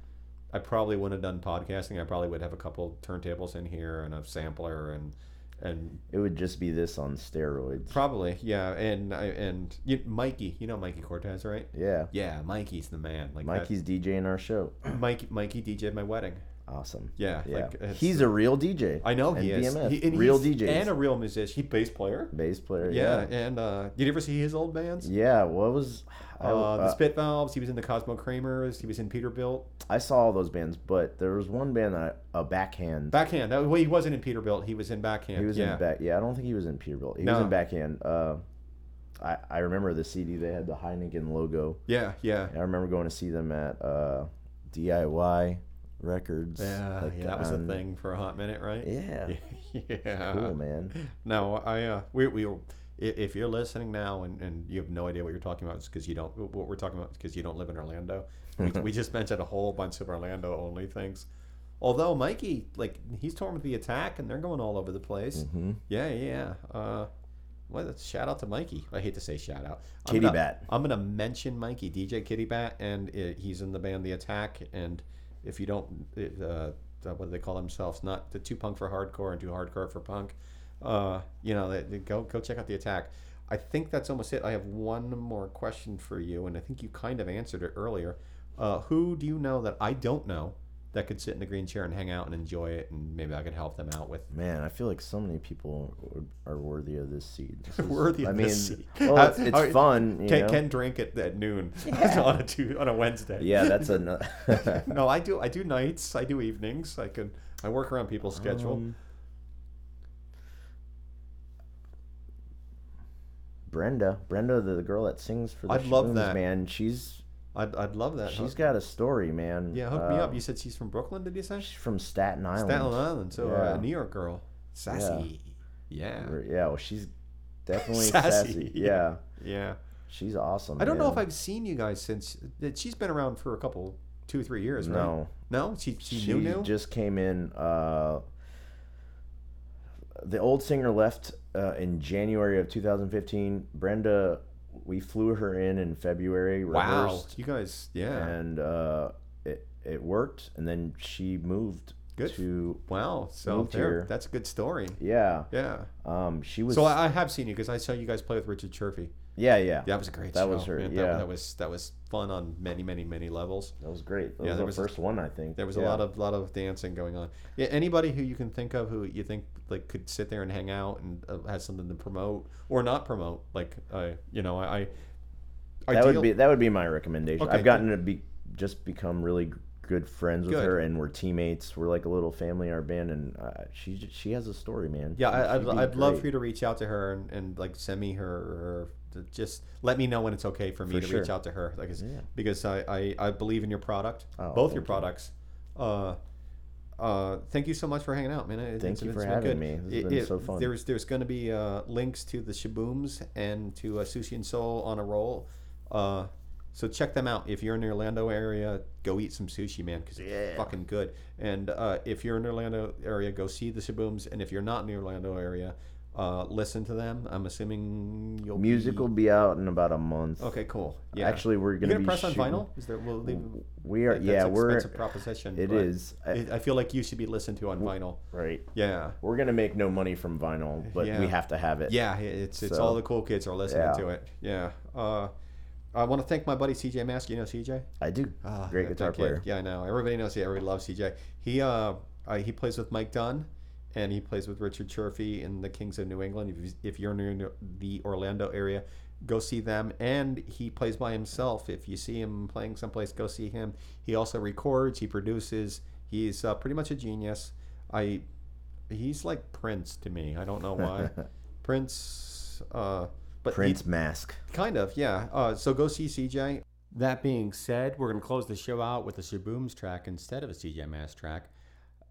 A: I probably wouldn't have done podcasting. I probably would have a couple turntables in here and a sampler and and
B: It would just be this on steroids.
A: probably yeah and I and you, Mikey, you know Mikey Cortez, right?
B: Yeah.
A: Yeah, Mikey's the man. Like Mikey,
B: Mikey's DJing our show.
A: that, Mikey Mikey DJ'd my wedding.
B: Awesome.
A: Yeah,
B: Yeah.
A: Like, it's-
B: he's a real DJ.
A: I know
B: and
A: he is.
B: BMF.
A: He- and
B: real
A: he's-
B: DJ.
A: and a real musician. He bass player.
B: bass player.
A: Yeah,
B: Yeah. Yeah.
A: and uh, did you ever see his old bands?
B: what was I,
A: Uh, the
B: uh,
A: Spit Valves. He was in the Cosmo Creamers. He was in Peterbilt.
B: I saw all those bands, but there was one band that I, a backhand.
A: Backhand. That, well, he wasn't in Peterbilt. He was in Backhand.
B: he was
A: yeah.
B: in back. Yeah, I don't think he was in Peterbilt. He was
A: No.
B: in backhand. Uh, I I remember the CD. They had the Heineken logo.
A: yeah, yeah,
B: And I remember going to see them at uh, DIY Records.
A: yeah.
B: like,
A: yeah, that was a
B: on-
A: thing for a hot minute, right?
B: Yeah.
A: yeah.
B: Cool man.
A: No, I uh, we we were- i- if you're listening now and, and you have no idea what you're talking about, it's because you don't what we're talking about because you don't live in Orlando. We, we just mentioned a whole bunch of Orlando only things. Although Mikey, like he's torn with the attack, and they're going all over the
B: Mm.
A: place.
B: Mm-hmm.
A: Yeah, yeah. Uh, well, that's shout out to Mikey. I hate to say shout out. I'm
B: Kitty
A: gonna-
B: Bat.
A: I'm gonna mention Mikey, DJ Kitty Bat, and uh he's in the band The Attack. And if you don't, it, uh, uh, what do they call themselves? Not the too punk for hardcore and too hardcore for punk. Uh, you know, they, they go go check out the attack. I think that's almost it. I have one more question for you, and I think you kind of answered it earlier. Uh, who do you know that I don't know that could sit in a green chair and hang out and enjoy it, and maybe I could help them out with?
B: Man, I feel like so many people would- are worthy of this seed. This is-
A: Worthy
B: I
A: of
B: mean,
A: this seed.
B: well, it's,
A: How-
B: it's
A: how-
B: fun. You
A: Ken,
B: know?
A: Ken drank it at noon on a two, on a Wednesday.
B: Yeah, that's a.
A: no, I do. I do nights. I do evenings. I can. I work around people's schedule.
B: Um, Brenda, Brenda, the, the girl that sings for the
A: I'd love
B: Shaboons,
A: that.
B: man. She's
A: I'd, I'd love that.
B: she's
A: Hook-
B: got a story, man.
A: yeah, hook me up.
B: Um,
A: You said she's from Brooklyn. Did you say
B: she's from Staten Island.
A: Staten Island? So uh,
B: Yeah.
A: a New York girl, sassy. Yeah,
B: Or- Yeah, well, she's definitely
A: Sassy.
B: sassy. Yeah,
A: yeah.
B: she's awesome.
A: I don't know if
B: man.
A: I've seen you guys since. That she's been around for a couple, two three years. right?
B: No,
A: no. She she,
B: she
A: new new.
B: just came in. Uh, the old singer left uh, in January of 2015. Brenda, we flew her in in February.
A: wow,
B: Rehearsed,
A: you guys. Yeah.
B: and uh, it it worked. And then she moved
A: Good.
B: to
A: wow. So
B: moved
A: there-
B: here.
A: that's a good story.
B: yeah.
A: Yeah.
B: Um, she was
A: So uh, I, I have seen you because I saw you guys play with Richard Churfy.
B: yeah yeah
A: That was a great
B: That
A: show.
B: was her,
A: man.
B: yeah.
A: That, that was that was fun on many many many levels.
B: that was great. That
A: Yeah, there
B: was the
A: was a-
B: first one I think.
A: There was a
B: Yeah.
A: lot of lot of dancing going on. Yeah, anybody who you can think of who you think like could sit there and hang out and uh, has something to promote or not promote. Like I, you know, I. I
B: that
A: ideal-
B: would be that would be my recommendation.
A: Okay,
B: I've gotten to be just become really g- good friends with
A: Good.
B: her, and we're teammates. We're like a little family, our band, and uh, she j- she has a story, man.
A: Yeah, I, I'd,
B: She'd be
A: I'd love for you
B: great.
A: to reach out to her and, and like send me her or to just let me know when it's okay for me
B: For
A: to reach
B: sure.
A: out to her. Like, it's-
B: Yeah.
A: because I, I, I believe in your product,
B: Oh,
A: both your
B: thank you.
A: products. Uh, uh, thank you so much for hanging out, man. It-
B: Thank
A: it's-
B: you
A: it's
B: for
A: been
B: having
A: good.
B: me. This has
A: It-
B: been
A: it-
B: so fun.
A: There's there's going to be uh, links to the Shabooms and to uh, Sushi and Soul on a roll. Uh, so check them out. If you're in the Orlando area, go eat some sushi, man, because it's
B: Yeah.
A: fucking good. And uh, if you're in the Orlando area, go see the Shabooms. And if you're not in the Orlando area, uh, listen to them. I'm assuming you'll be-
B: Music will be out in about a month.
A: Okay, cool. Yeah.
B: Actually, we're
A: you
B: gonna,
A: gonna
B: be
A: press
B: shooting-
A: on vinyl? Is there? Will they,
B: We are.
A: that's
B: yeah, we're.
A: expensive proposition.
B: It
A: but
B: is I-
A: it- I feel like you should be listened to on vinyl.
B: right.
A: Yeah.
B: We're gonna make no money from vinyl, but
A: Yeah.
B: we have to have it.
A: Yeah, it's it's
B: So-
A: all the cool kids are listening
B: Yeah.
A: to it. Yeah. Uh, I want to thank my buddy CJ Mask. You know CJ?
B: I do.
A: Ah,
B: Great
A: that-
B: guitar
A: that kid.
B: player.
A: Yeah, I know. Everybody knows. Yeah, everybody loves CJ. He uh, uh, he plays with Mike Dunn, and he plays with Richard Churfy in the Kings of New England. If, if you're near the Orlando area, go see them. And he plays by himself. If you see him playing someplace, go see him. He also records. He produces. He's uh, pretty much a genius. I he's like Prince to me. I don't know why. Prince. Uh, but he-
B: Prince Mask.
A: Kind of, yeah. Uh, so go see CJ. That being said, we're going to close the show out with a Shabooms track instead of a CJ Mass track.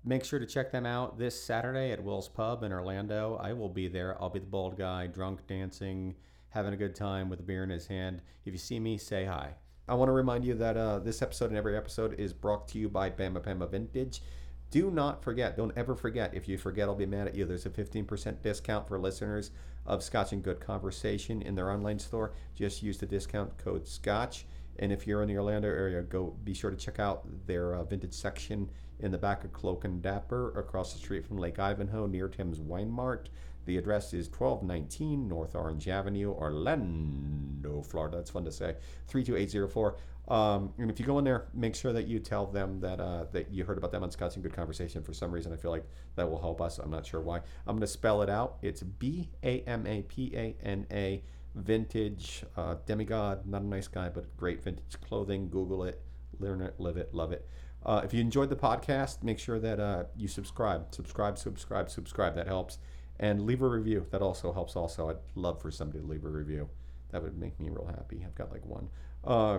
A: Make sure to check them out this Saturday at Will's Pub in Orlando. I will be there. I'll be the bald guy, drunk, dancing, having a good time with a beer in his hand. If you see me, say hi. I want to remind you that uh, this episode and every episode is brought to you by Bama Bama Vintage. Do not forget, don't ever forget. If you forget, I'll be mad at you. There's a 15% discount for listeners of Scotch and Good Conversation in their online store. Just use the discount code SCOTCH. And if you're in the Orlando area, go be sure to check out their uh, vintage section in the back of Cloak and Dapper across the street from Lake Ivanhoe near Tim's Wine Mart. The address is 1219 North Orange Avenue, Orlando, Florida. That's fun to say. 32804. Um, and if you go in there, make sure that you tell them that uh, that you heard about them on Scots and Good Conversation. For some reason, I feel like that will help us. I'm not sure why. I'm going to spell it out. It's B A M A P A N A vintage uh, demigod. Not a nice guy, but great vintage clothing. Google it, learn it, live it, love it. Uh, if you enjoyed the podcast, make sure that uh, you subscribe, subscribe, subscribe, subscribe. That helps, and leave a review. That also helps. Also, I'd love for somebody to leave a review. That would make me real happy. I've got like one. Uh,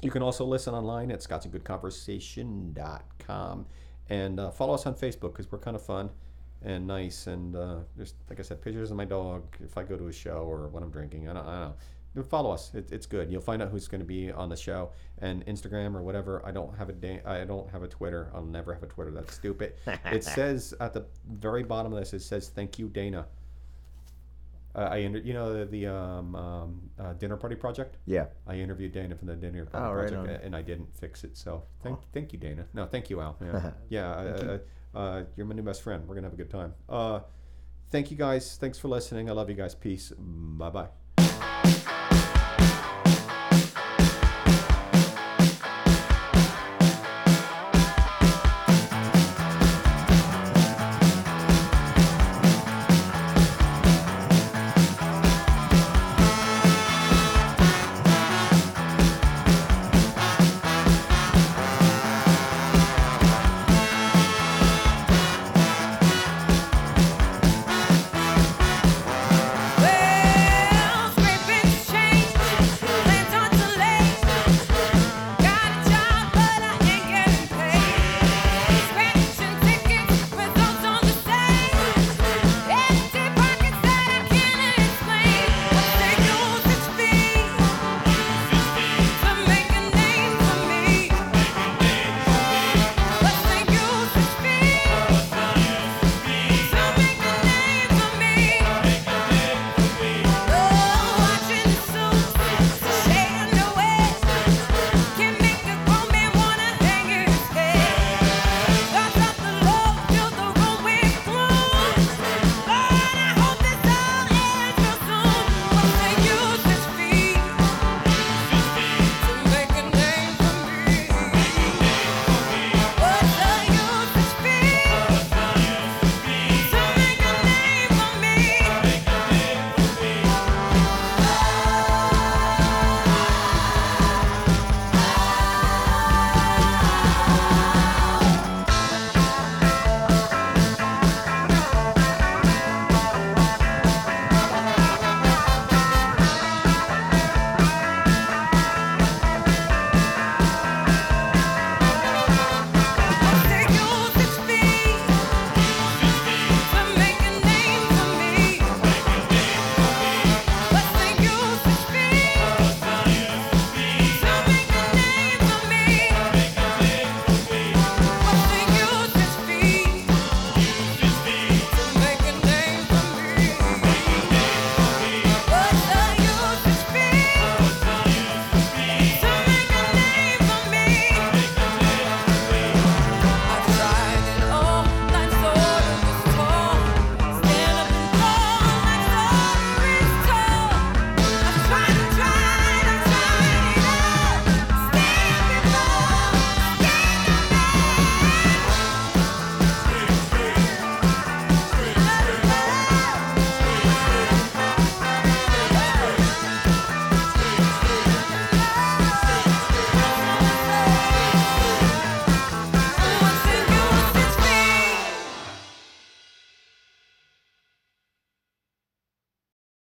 A: you can also listen online at scottsandgoodconversation.com and uh, follow us on Facebook because we're kind of fun and nice. And uh, there's, like I said, pictures of my dog if I go to a show or when I'm drinking. I don't, I don't know. But Follow us. It, it's good. You'll find out who's going to be on the show and Instagram or whatever. I don't have a da- I don't have a Twitter. I'll never have a Twitter. That's stupid. it says at the very bottom of this, it says thank you, Dana. Uh, I inter- you know the, the um, um, uh, dinner party project.
B: Yeah.
A: I interviewed Dana from the Dinner Party
B: Oh, right
A: Project,
B: on.
A: a- and I didn't fix it. So thank, thank you, Dana. No, thank you, Al. Yeah, yeah. uh, uh, uh, you're my new best friend. We're gonna have a good time. Uh, Thank you guys. Thanks for listening. I love you guys. Peace. Bye bye.